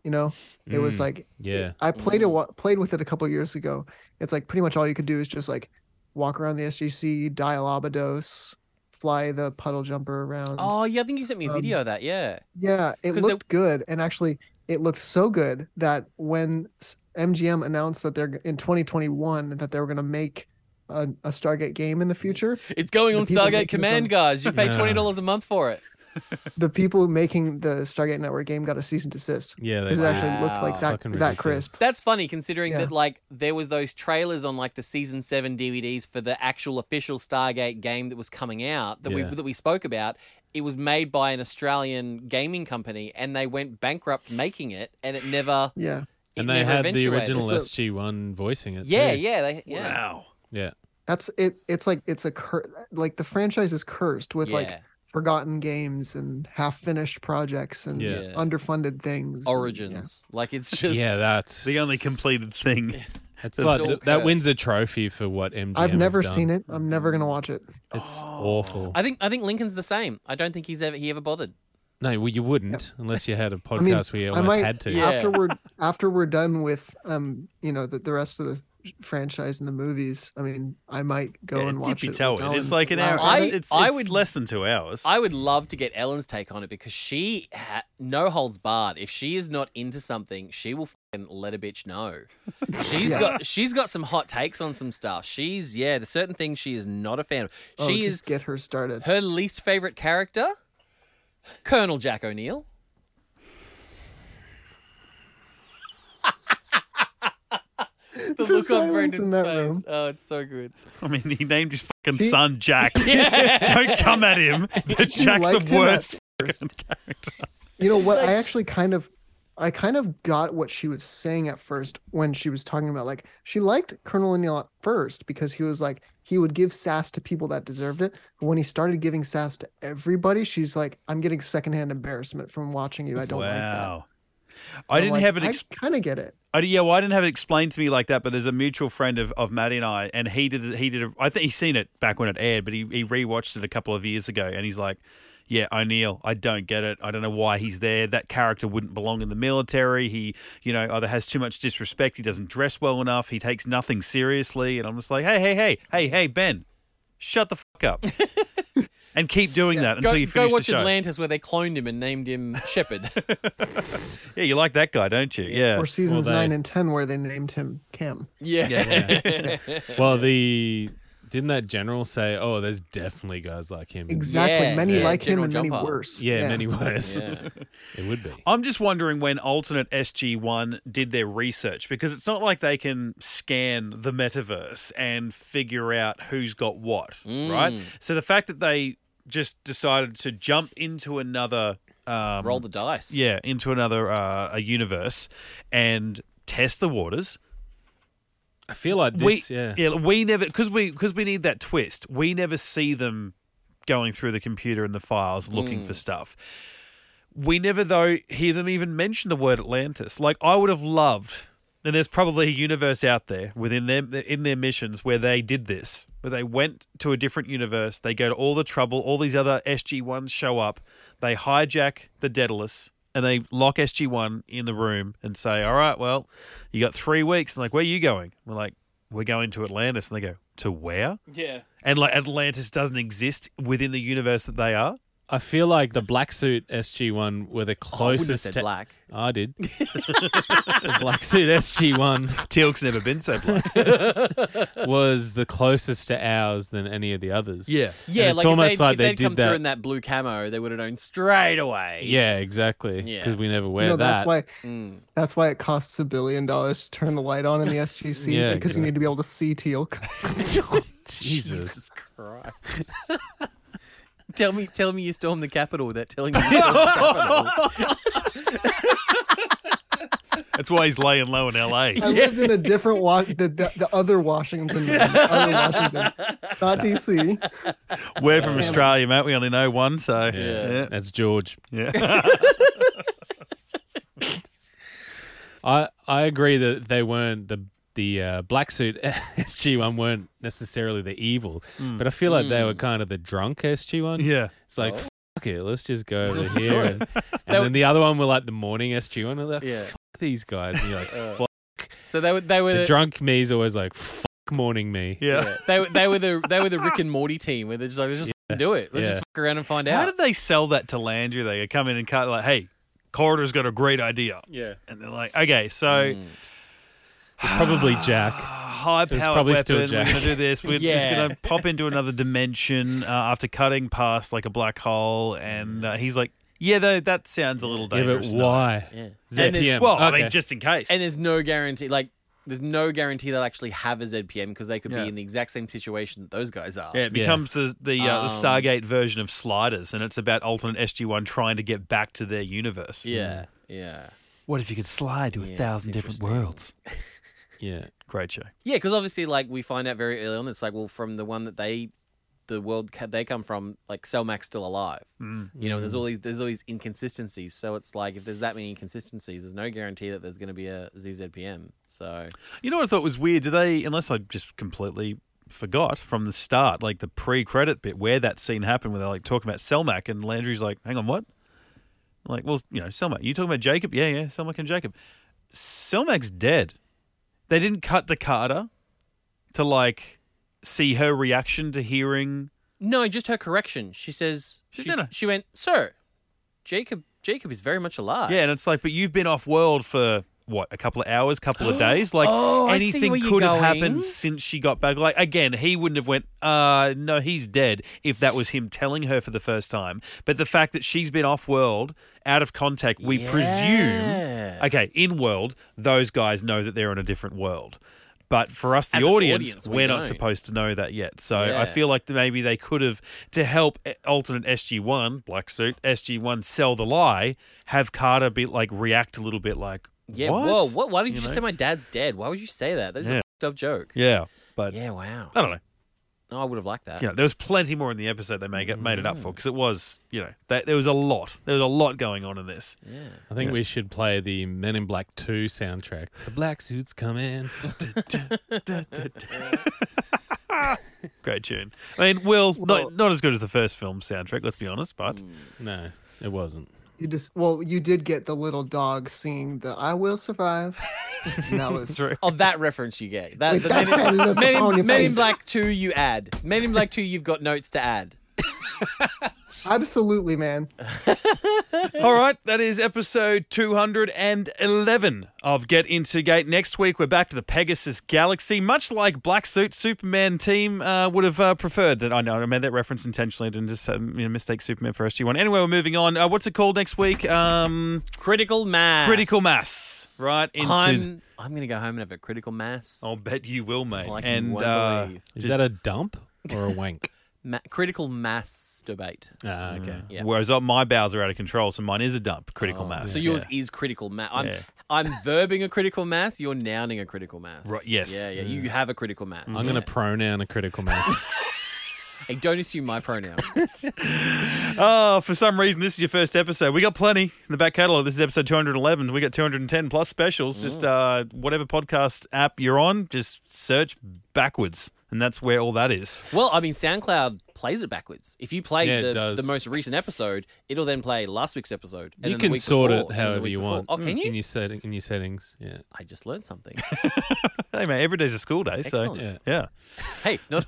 Speaker 3: You know, it was
Speaker 2: Mm.
Speaker 3: like
Speaker 2: yeah.
Speaker 3: I played it wa-
Speaker 1: Mm.
Speaker 3: played with it a couple years ago. It's like pretty much all you could do is just like walk around the SGC, dial Abydos, fly the puddle jumper around.
Speaker 1: Oh yeah, I think you sent me a
Speaker 3: Um,
Speaker 1: video of that. Yeah.
Speaker 3: Yeah, it
Speaker 1: 'Cause they-
Speaker 3: looked good, and actually, it looked so good that when s- MGM announced that they're g- in 2021 that they were going to make a, a Stargate game in
Speaker 1: Mm.
Speaker 3: the future,
Speaker 1: It's going
Speaker 3: the
Speaker 1: on
Speaker 3: people
Speaker 1: Stargate
Speaker 3: making
Speaker 1: Command,
Speaker 3: some-
Speaker 1: guys. You pay
Speaker 2: Yeah.
Speaker 1: twenty dollars a month for it.
Speaker 3: the people making the Stargate Network game got a cease and desist
Speaker 2: Yeah. They
Speaker 3: because it
Speaker 2: do.
Speaker 3: actually looked like
Speaker 1: Wow.
Speaker 3: that
Speaker 2: Fucking
Speaker 3: that
Speaker 2: ridiculous.
Speaker 3: crisp.
Speaker 1: That's funny considering
Speaker 3: Yeah.
Speaker 1: that like there was those trailers on like the season seven DVDs for the actual official Stargate game that was coming out that
Speaker 2: Yeah.
Speaker 1: we that we spoke about. It was made by an Australian gaming company and they went bankrupt making it and it never
Speaker 3: Yeah,
Speaker 1: it
Speaker 2: and they
Speaker 1: never
Speaker 2: had the
Speaker 1: eventuated.
Speaker 2: original E
Speaker 3: So-
Speaker 2: SG one voicing it.
Speaker 1: Yeah,
Speaker 2: too.
Speaker 1: yeah, they, yeah.
Speaker 4: Wow.
Speaker 2: yeah,
Speaker 3: that's it. It's like it's a cur- like the franchise is cursed with
Speaker 1: Yeah.
Speaker 3: like forgotten games and half finished projects and
Speaker 2: Yeah.
Speaker 1: Yeah.
Speaker 3: underfunded things.
Speaker 1: Origins. Like it's just
Speaker 2: yeah. That's
Speaker 4: The only completed thing.
Speaker 2: It's
Speaker 4: That's
Speaker 2: like
Speaker 1: still
Speaker 2: th- that wins a
Speaker 1: cursed.
Speaker 2: trophy for what MGM.
Speaker 3: I've
Speaker 2: have
Speaker 3: never
Speaker 2: done.
Speaker 3: seen it. I'm never gonna watch it.
Speaker 2: It's awful.
Speaker 1: Oh. I think I think Lincoln's the same. I don't think he's ever he ever bothered.
Speaker 2: no, well, you wouldn't unless you had a podcast where you
Speaker 3: I
Speaker 2: almost
Speaker 3: might-
Speaker 2: had to.
Speaker 1: Yeah.
Speaker 3: After we're after we're done with um, you know, the, the rest of the franchise and the movies, I mean, I might go and watch
Speaker 4: Dippy
Speaker 3: it.
Speaker 4: toe
Speaker 3: with
Speaker 4: it. It's
Speaker 3: Alan.
Speaker 4: like an hour.
Speaker 1: I-
Speaker 4: it's, it's
Speaker 1: I would-
Speaker 4: less than two hours.
Speaker 1: I would love to get Ellen's take on it because she ha- no holds barred. If she is not into something, she will fucking let a bitch know. She's
Speaker 3: Yeah.
Speaker 1: got she's got some hot takes on some stuff. She's yeah, there's certain things she is not a fan of.
Speaker 3: Oh,
Speaker 1: She
Speaker 3: just
Speaker 1: is
Speaker 3: get her started.
Speaker 1: her least favorite character, Colonel Jack O'Neill. the, look on
Speaker 3: silence in
Speaker 1: Brendan's
Speaker 3: that
Speaker 1: face.
Speaker 3: room.
Speaker 1: Oh, it's so good
Speaker 4: I mean, he named his fucking
Speaker 3: He-
Speaker 4: son Jack. Don't come at him. Jack's
Speaker 3: liked
Speaker 4: the
Speaker 3: him at
Speaker 4: worst
Speaker 3: first.
Speaker 4: fucking character.
Speaker 3: You know what? I actually kind of I kind of got what she was saying at first when she was talking about like she liked Colonel O'Neill at first because he was like he would give sass to people that deserved it. But when he started giving sass to everybody, she's like, I'm getting secondhand embarrassment from watching you. I don't like that.
Speaker 4: Wow. I didn't
Speaker 3: like,
Speaker 4: have it.
Speaker 3: I
Speaker 4: Ex-
Speaker 3: kind of get it.
Speaker 4: I, yeah, well, I didn't have it explained to me like that. But there's a mutual friend of, of Maddie and I, and he did. He did. A, I think he's seen it back when it aired, but he he rewatched it a couple of years ago, and he's like, "Yeah, O'Neill, I don't get it. I don't know why he's there. That character wouldn't belong in the military. He, you know, either has too much disrespect, he doesn't dress well enough, he takes nothing seriously." And I'm just like, "Hey, hey, hey, hey, hey, Ben, shut the fuck up." And keep doing that until
Speaker 1: go,
Speaker 4: you
Speaker 1: go
Speaker 4: finish the
Speaker 1: watch
Speaker 4: show.
Speaker 1: Atlantis where they cloned him and named him Shepherd.
Speaker 4: yeah, you like that guy, don't you? Yeah.
Speaker 3: or seasons
Speaker 2: they-
Speaker 3: nine and ten where they named him Cam.
Speaker 1: yeah.
Speaker 2: Well, the didn't that general say, "Oh, there's definitely guys like him."
Speaker 3: Exactly.
Speaker 1: Yeah,
Speaker 3: many
Speaker 1: yeah,
Speaker 3: like him
Speaker 1: General
Speaker 3: and many
Speaker 1: Jumper.
Speaker 3: worse.
Speaker 2: Yeah, many worse.
Speaker 1: Yeah.
Speaker 2: It would be.
Speaker 4: I'm just wondering when Alternate SG1 did their research because it's not like they can scan the metaverse and figure out who's got what, right? So the fact that they just decided to jump into another um,
Speaker 1: Roll the dice.
Speaker 4: yeah, into another uh, a universe and test the waters.
Speaker 2: I feel like this.
Speaker 4: we
Speaker 2: yeah.
Speaker 4: we never because we because we need that twist. We never see them going through the computer and the files looking for stuff. We never though hear them even mention the word Atlantis. Like I would have loved, and there's probably a universe out there within them in their missions where they did this, where they went to a different universe. They go to all the trouble. All these other SG ones show up. They hijack the Daedalus. And they lock SG One in the room and say, "All right, well, you got three weeks." And like, where are you going? We're like, we're going to Atlantis, and they go to where?
Speaker 1: Yeah.
Speaker 4: And like Atlantis doesn't exist within the universe that they are.
Speaker 2: I feel like the black suit SG one were the closest
Speaker 1: said
Speaker 2: to
Speaker 1: black.
Speaker 2: I did. the black suit SG one
Speaker 4: Teal'c's never been so black.
Speaker 2: was the closest to ours than any of the others.
Speaker 4: Yeah.
Speaker 2: And
Speaker 1: Yeah,
Speaker 2: it's
Speaker 1: like
Speaker 2: almost
Speaker 1: if they'd,
Speaker 2: like
Speaker 1: if
Speaker 2: they
Speaker 1: they'd
Speaker 2: did
Speaker 1: come
Speaker 2: that.
Speaker 1: through in that blue camo, they would have known straight away.
Speaker 2: yeah, exactly.
Speaker 1: Yeah.
Speaker 2: Because we never wear
Speaker 3: You know,
Speaker 2: that.
Speaker 3: that's why
Speaker 1: Mm.
Speaker 3: that's why it costs a billion dollars to turn the light on in the SGC
Speaker 2: Yeah,
Speaker 3: because you need to be able to see teal.
Speaker 2: Jesus.
Speaker 1: Jesus Christ. tell me, tell me, you stormed the Capitol without telling me. You stormed the Capitol.
Speaker 4: That's why he's laying low in L.A.
Speaker 3: I lived in a different wa- the, the the other Washington, man, the other Washington, not DC.
Speaker 4: We're from Australia, mate. We only know one, so
Speaker 2: Yeah.
Speaker 4: yeah.
Speaker 2: That's George.
Speaker 4: yeah.
Speaker 2: I I agree that they weren't the the uh, black suit SG one weren't necessarily the evil, but um, I feel like they were kind of the drunk SG one.
Speaker 4: Hmm. Yeah.
Speaker 2: It's like
Speaker 1: Oh.
Speaker 2: fuck it, let's just go over
Speaker 1: Let's do
Speaker 2: here.
Speaker 1: it.
Speaker 2: And, and then the other one were like the morning SG one. Like,
Speaker 1: Yeah.
Speaker 2: fuck these guys. And you're like,
Speaker 1: Uh,
Speaker 2: fuck.
Speaker 1: So they were they were
Speaker 2: The
Speaker 1: the,
Speaker 2: drunk me is always like, fuck morning me.
Speaker 4: Yeah.
Speaker 1: yeah, they were they were the they were the Rick and Morty team where they're just like let's just f***ing do it. Let's
Speaker 2: Yeah.
Speaker 1: just fuck around and find
Speaker 4: How
Speaker 1: out.
Speaker 4: did they sell that to Landry? They come in and cut like, hey, Corridor's got a great idea.
Speaker 2: Yeah. Hmm.
Speaker 4: And they're like, okay, so Ah,
Speaker 2: Probably Jack.
Speaker 4: high
Speaker 2: was
Speaker 4: powered
Speaker 2: probably
Speaker 4: weapon,
Speaker 2: still
Speaker 4: we're
Speaker 2: Jack.
Speaker 4: going to do this. We're just
Speaker 1: Yeah.
Speaker 4: going to pop into another dimension uh, after cutting past like a black hole. And uh, he's like, yeah, though, that sounds a little
Speaker 2: Yeah, but
Speaker 4: dangerous. no.
Speaker 2: why?
Speaker 1: Yeah. And there's-
Speaker 2: ZPM.
Speaker 4: Well, I
Speaker 2: Okay.
Speaker 4: mean, just in case.
Speaker 1: And there's no guarantee like there's no guarantee they'll actually have a ZPM because they could
Speaker 4: Yeah.
Speaker 1: be in the exact same situation that those guys are.
Speaker 4: Yeah, it
Speaker 2: Yeah.
Speaker 4: becomes the the, uh, the
Speaker 1: Um,
Speaker 4: Stargate version of Sliders, and it's about alternate SG One trying to get back to their universe.
Speaker 1: Yeah. Yeah.
Speaker 4: What if you could slide to a
Speaker 1: Yeah,
Speaker 4: thousand
Speaker 1: it's
Speaker 4: different
Speaker 1: interesting.
Speaker 4: worlds?
Speaker 2: yeah.
Speaker 4: Great show.
Speaker 1: Yeah, because obviously, like we find out very early on, it's like, well, from the one that they, the world ca- they come from, like Selmac's still alive. Mm. You know, there's all these there's all these inconsistencies. So it's like if there's that many inconsistencies, there's no guarantee that there's going to be a ZZPM. So
Speaker 4: You know what I thought was weird? Do they, unless I just completely forgot from the start, like the pre-credit bit where that scene happened, where they're like talking about Selmac, and Landry's like, "Hang on, what?" I'm like, well, you know, Selmac. You talking about Jacob? Yeah, yeah, Selmac and Jacob. Selmac's dead. They didn't cut to Carter to like see her reaction to hearing.
Speaker 1: no, just her correction. She says
Speaker 4: She's
Speaker 1: she's-
Speaker 4: dead.
Speaker 1: she went, sir, Jacob Jacob is very much alive.
Speaker 4: Yeah, and it's like, but you've been off world for what a couple of hours, couple of days. Like
Speaker 1: Oh, I see
Speaker 4: anything
Speaker 1: where you're
Speaker 4: could have
Speaker 1: going.
Speaker 4: happened since she got back. Like again, he wouldn't have went. Uh, no, he's dead. If that was him telling her for the first time, but the fact that she's been off world, out of contact, we
Speaker 1: Yeah.
Speaker 4: presume. Okay, in world, those guys know that they're in a different world. But for us, the
Speaker 1: As an
Speaker 4: audience,
Speaker 1: audience, we
Speaker 4: we're not
Speaker 1: don't.
Speaker 4: supposed to know that yet. So
Speaker 1: Yeah.
Speaker 4: I feel like th- maybe they could have, to help a- alternate SG1, black suit, SG1 sell the lie, have Carter be like, react a little bit like,
Speaker 1: Yeah.
Speaker 4: what?
Speaker 1: Whoa. What? Why did you,
Speaker 4: You
Speaker 1: just
Speaker 4: know?
Speaker 1: say my dad's dead? Why would you say that? That's
Speaker 4: Yeah.
Speaker 1: a fucked up joke.
Speaker 4: Yeah. But
Speaker 1: Yeah. Wow.
Speaker 4: I don't know.
Speaker 1: No, I would have liked that.
Speaker 4: You know, there was plenty more in the episode they made it, made it up
Speaker 1: Mm.
Speaker 4: for because it was, you know, that, there was a lot. There was a lot going on in this.
Speaker 1: yeah.
Speaker 2: I think
Speaker 4: Yeah.
Speaker 2: we should play the Men in Black 2 soundtrack. The black suits come in.
Speaker 4: Great tune. I mean, Will, not, not as good as the first film soundtrack, let's be honest, but
Speaker 2: no, it wasn't.
Speaker 3: You just well, you did get the little dog singing the "I will survive." and that was
Speaker 4: True.
Speaker 1: Oh, that reference you gave. That,
Speaker 3: With
Speaker 1: the
Speaker 3: that
Speaker 1: Men, in,
Speaker 3: sad look
Speaker 1: Men in-
Speaker 3: on your
Speaker 1: Men in
Speaker 3: face.
Speaker 1: Black 2, you add. Men in Black 2, you've got notes to add.
Speaker 3: absolutely man.
Speaker 4: All right, that is episode 211 of Get Into Gate. Next week, we're back to the Pegasus Galaxy. Much like Black Suit, Superman team uh, would have uh, preferred that. I know I made that reference intentionally. I didn't just uh, you know, mistake Superman for SG1. Anyway, we're moving on. Uh, what's it called next week? Um,
Speaker 1: Critical mass.
Speaker 4: Critical mass. Right into. Oh.
Speaker 1: I'm, I'm going to go home and have a critical mass.
Speaker 4: I'll bet you will, mate.
Speaker 1: Like you
Speaker 4: and
Speaker 1: won't
Speaker 4: uh,
Speaker 1: believe.
Speaker 2: Is
Speaker 4: just-
Speaker 2: that a dump or a wank?
Speaker 1: Ma- critical mass debate.
Speaker 2: Ah, okay.
Speaker 1: Yeah.
Speaker 4: whereas uh, my bowels are out of control, so mine is a dump. Critical mass.
Speaker 1: Oh, So
Speaker 4: Yeah.
Speaker 1: yours is critical mass. I'm,
Speaker 4: Yeah.
Speaker 1: I'm verbing a critical mass. You're nouning a critical mass.
Speaker 4: Right, yes. Mm.
Speaker 1: Yeah, yeah. You have a critical mass.
Speaker 2: I'm going to pronoun a critical mass.
Speaker 1: Hey, don't assume my pronouns.
Speaker 4: Oh, for some reason, this is your first episode. We got plenty in the back catalog. This is episode 211. We got 210 plus specials. Just
Speaker 1: Mm.
Speaker 4: uh, whatever podcast app you're on, just search backwards. And that's where all that is.
Speaker 1: Well, I mean, SoundCloud plays it backwards. If you play
Speaker 2: Yeah, it
Speaker 1: the,
Speaker 2: does.
Speaker 1: the most recent episode, it'll then play last week's episode. And then
Speaker 2: you
Speaker 1: the
Speaker 2: can
Speaker 1: week
Speaker 2: sort
Speaker 1: before,
Speaker 2: it
Speaker 1: and then the
Speaker 2: however
Speaker 1: week
Speaker 2: you
Speaker 1: before.
Speaker 2: want.
Speaker 1: Oh, can you?
Speaker 2: In your, setting, in your settings. Yeah.
Speaker 1: I just learned something.
Speaker 4: Hey, mate, every day's a school day.
Speaker 1: Excellent.
Speaker 4: So,
Speaker 2: Yeah.
Speaker 4: yeah.
Speaker 1: hey, not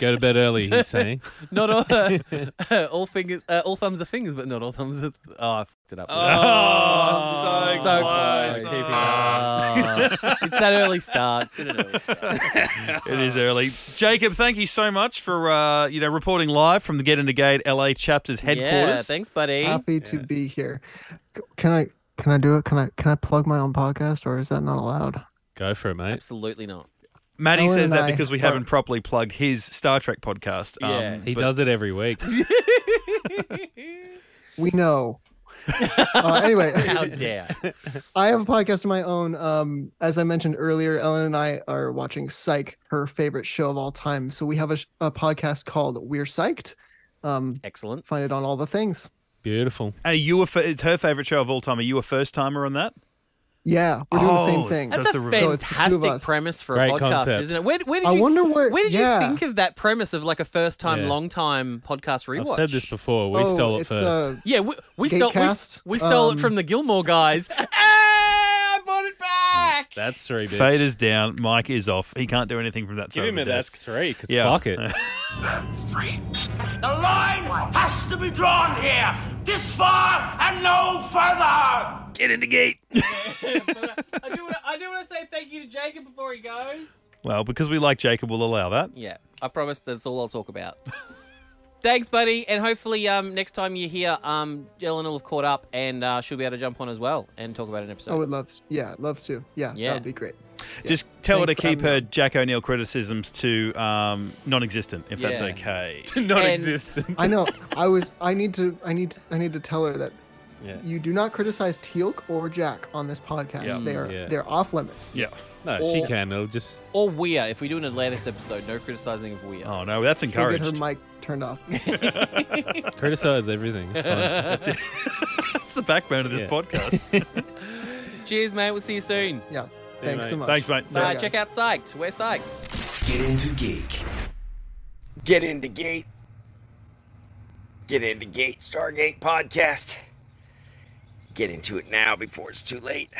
Speaker 2: Go to bed early, he's saying.
Speaker 1: not all, all fingers, uh, all thumbs are fingers, but not all thumbs are. Th- oh, I fucked it up.
Speaker 4: Oh,
Speaker 1: so close.
Speaker 2: Ah.
Speaker 1: Oh, it's that early start. It's been an early start.
Speaker 4: It is early. Jacob, thank you so much for uh, you know reporting live from the Get Into Gate LA chapter's headquarters.
Speaker 1: Yeah, thanks, buddy.
Speaker 3: Happy to be here. C- Can I can I do it? Can I can I plug my own podcast or is that not allowed?
Speaker 2: Go for it, mate.
Speaker 1: Absolutely not.
Speaker 4: Maddie
Speaker 3: Owen
Speaker 4: says
Speaker 3: and
Speaker 4: that
Speaker 3: I
Speaker 4: because we
Speaker 3: are-
Speaker 4: haven't properly plugged his Star Trek podcast. Um,
Speaker 1: Yeah.
Speaker 2: He
Speaker 4: but-
Speaker 2: does it every week.
Speaker 3: We know. uh, anyway,
Speaker 1: How dare?
Speaker 3: I have a podcast of my own. Um, as I mentioned earlier, Ellen and I are watching Psych, her favorite show of all time. So we have a, sh- a podcast called We're Psyched. Um,
Speaker 1: Excellent.
Speaker 3: find it on all the things.
Speaker 2: Beautiful.
Speaker 4: And are you a, fir- it's her favorite show of all time. Are you a first timer on that?
Speaker 3: Yeah, we're doing the
Speaker 4: Oh,
Speaker 3: same thing.
Speaker 4: so
Speaker 1: That's
Speaker 4: it's
Speaker 1: a
Speaker 4: the result.
Speaker 3: it's the two of
Speaker 1: fantastic
Speaker 3: us.
Speaker 1: premise for a
Speaker 2: Great
Speaker 1: podcast,
Speaker 2: concept.
Speaker 1: isn't it? Where, where did
Speaker 3: I
Speaker 1: you,
Speaker 3: wonder where-
Speaker 1: where did
Speaker 3: yeah.
Speaker 1: you think of that premise of like a first time,
Speaker 2: Yeah.
Speaker 1: long time podcast
Speaker 2: I've
Speaker 1: rewatch?
Speaker 2: said this before. We
Speaker 3: Oh,
Speaker 2: stole it
Speaker 3: it's,
Speaker 2: first.
Speaker 3: uh,
Speaker 1: Yeah, we, we stole we,
Speaker 3: Gatecast,
Speaker 1: we stole
Speaker 3: um,
Speaker 1: it from the Gilmore guys. hey, I bought it back.
Speaker 2: that's three. Bitch.
Speaker 4: Fade is down. Mike is off. He can't do anything from that side
Speaker 2: Give him a
Speaker 4: of the
Speaker 2: that's
Speaker 4: desk.
Speaker 2: three. Cause
Speaker 4: Yeah.
Speaker 2: fuck it.
Speaker 6: The line has to be drawn here. This far and no further.
Speaker 4: Get in the gate.
Speaker 1: I do wanna- I do want to say thank you to Jacob before he goes.
Speaker 4: Well, because we like Jacob, we'll allow that.
Speaker 1: Yeah, I promise that's all I'll talk about. Thanks, buddy, and hopefully um, next time you're here, um, Ellen will have caught up and uh, she'll be able to jump on as well and talk about an episode.
Speaker 3: uh, I would love to. Yeah, love to. Yeah,
Speaker 1: Yeah.
Speaker 3: that would be great.
Speaker 4: Just tell her to
Speaker 3: Thanks for
Speaker 4: keep
Speaker 3: having
Speaker 4: her Jack O'Neill criticisms to um, non-existent, if that's
Speaker 1: Yeah.
Speaker 4: okay.
Speaker 2: Non
Speaker 1: And-
Speaker 2: existent.
Speaker 3: I know. I was. I need to. I need. I need to tell her that
Speaker 2: Yeah.
Speaker 3: you do not criticize Teal'c or Jack on this podcast.
Speaker 4: Yeah.
Speaker 3: They are
Speaker 2: Yeah.
Speaker 3: they're off limits.
Speaker 4: Yeah.
Speaker 2: No, she
Speaker 1: Or-
Speaker 2: can. It'll just.
Speaker 1: Or Weir, if we do an Atlantis episode, no criticizing of Weir.
Speaker 4: Oh no, that's
Speaker 3: She'll get her
Speaker 4: encouraged.
Speaker 3: mic turned off.
Speaker 2: Criticize everything. It's fine.
Speaker 4: That's the backbone of this
Speaker 2: Yeah.
Speaker 4: podcast.
Speaker 1: Cheers, mate. We'll see you soon.
Speaker 3: Yeah. Thanks so
Speaker 2: mate.
Speaker 3: much.
Speaker 4: Thanks, mate.
Speaker 3: Bye,
Speaker 1: Uh,
Speaker 3: guys.
Speaker 1: check out Sykes. We're Sykes.
Speaker 6: Get into geek. Get into gate. Get into gate Stargate podcast. Get into it now before it's too late.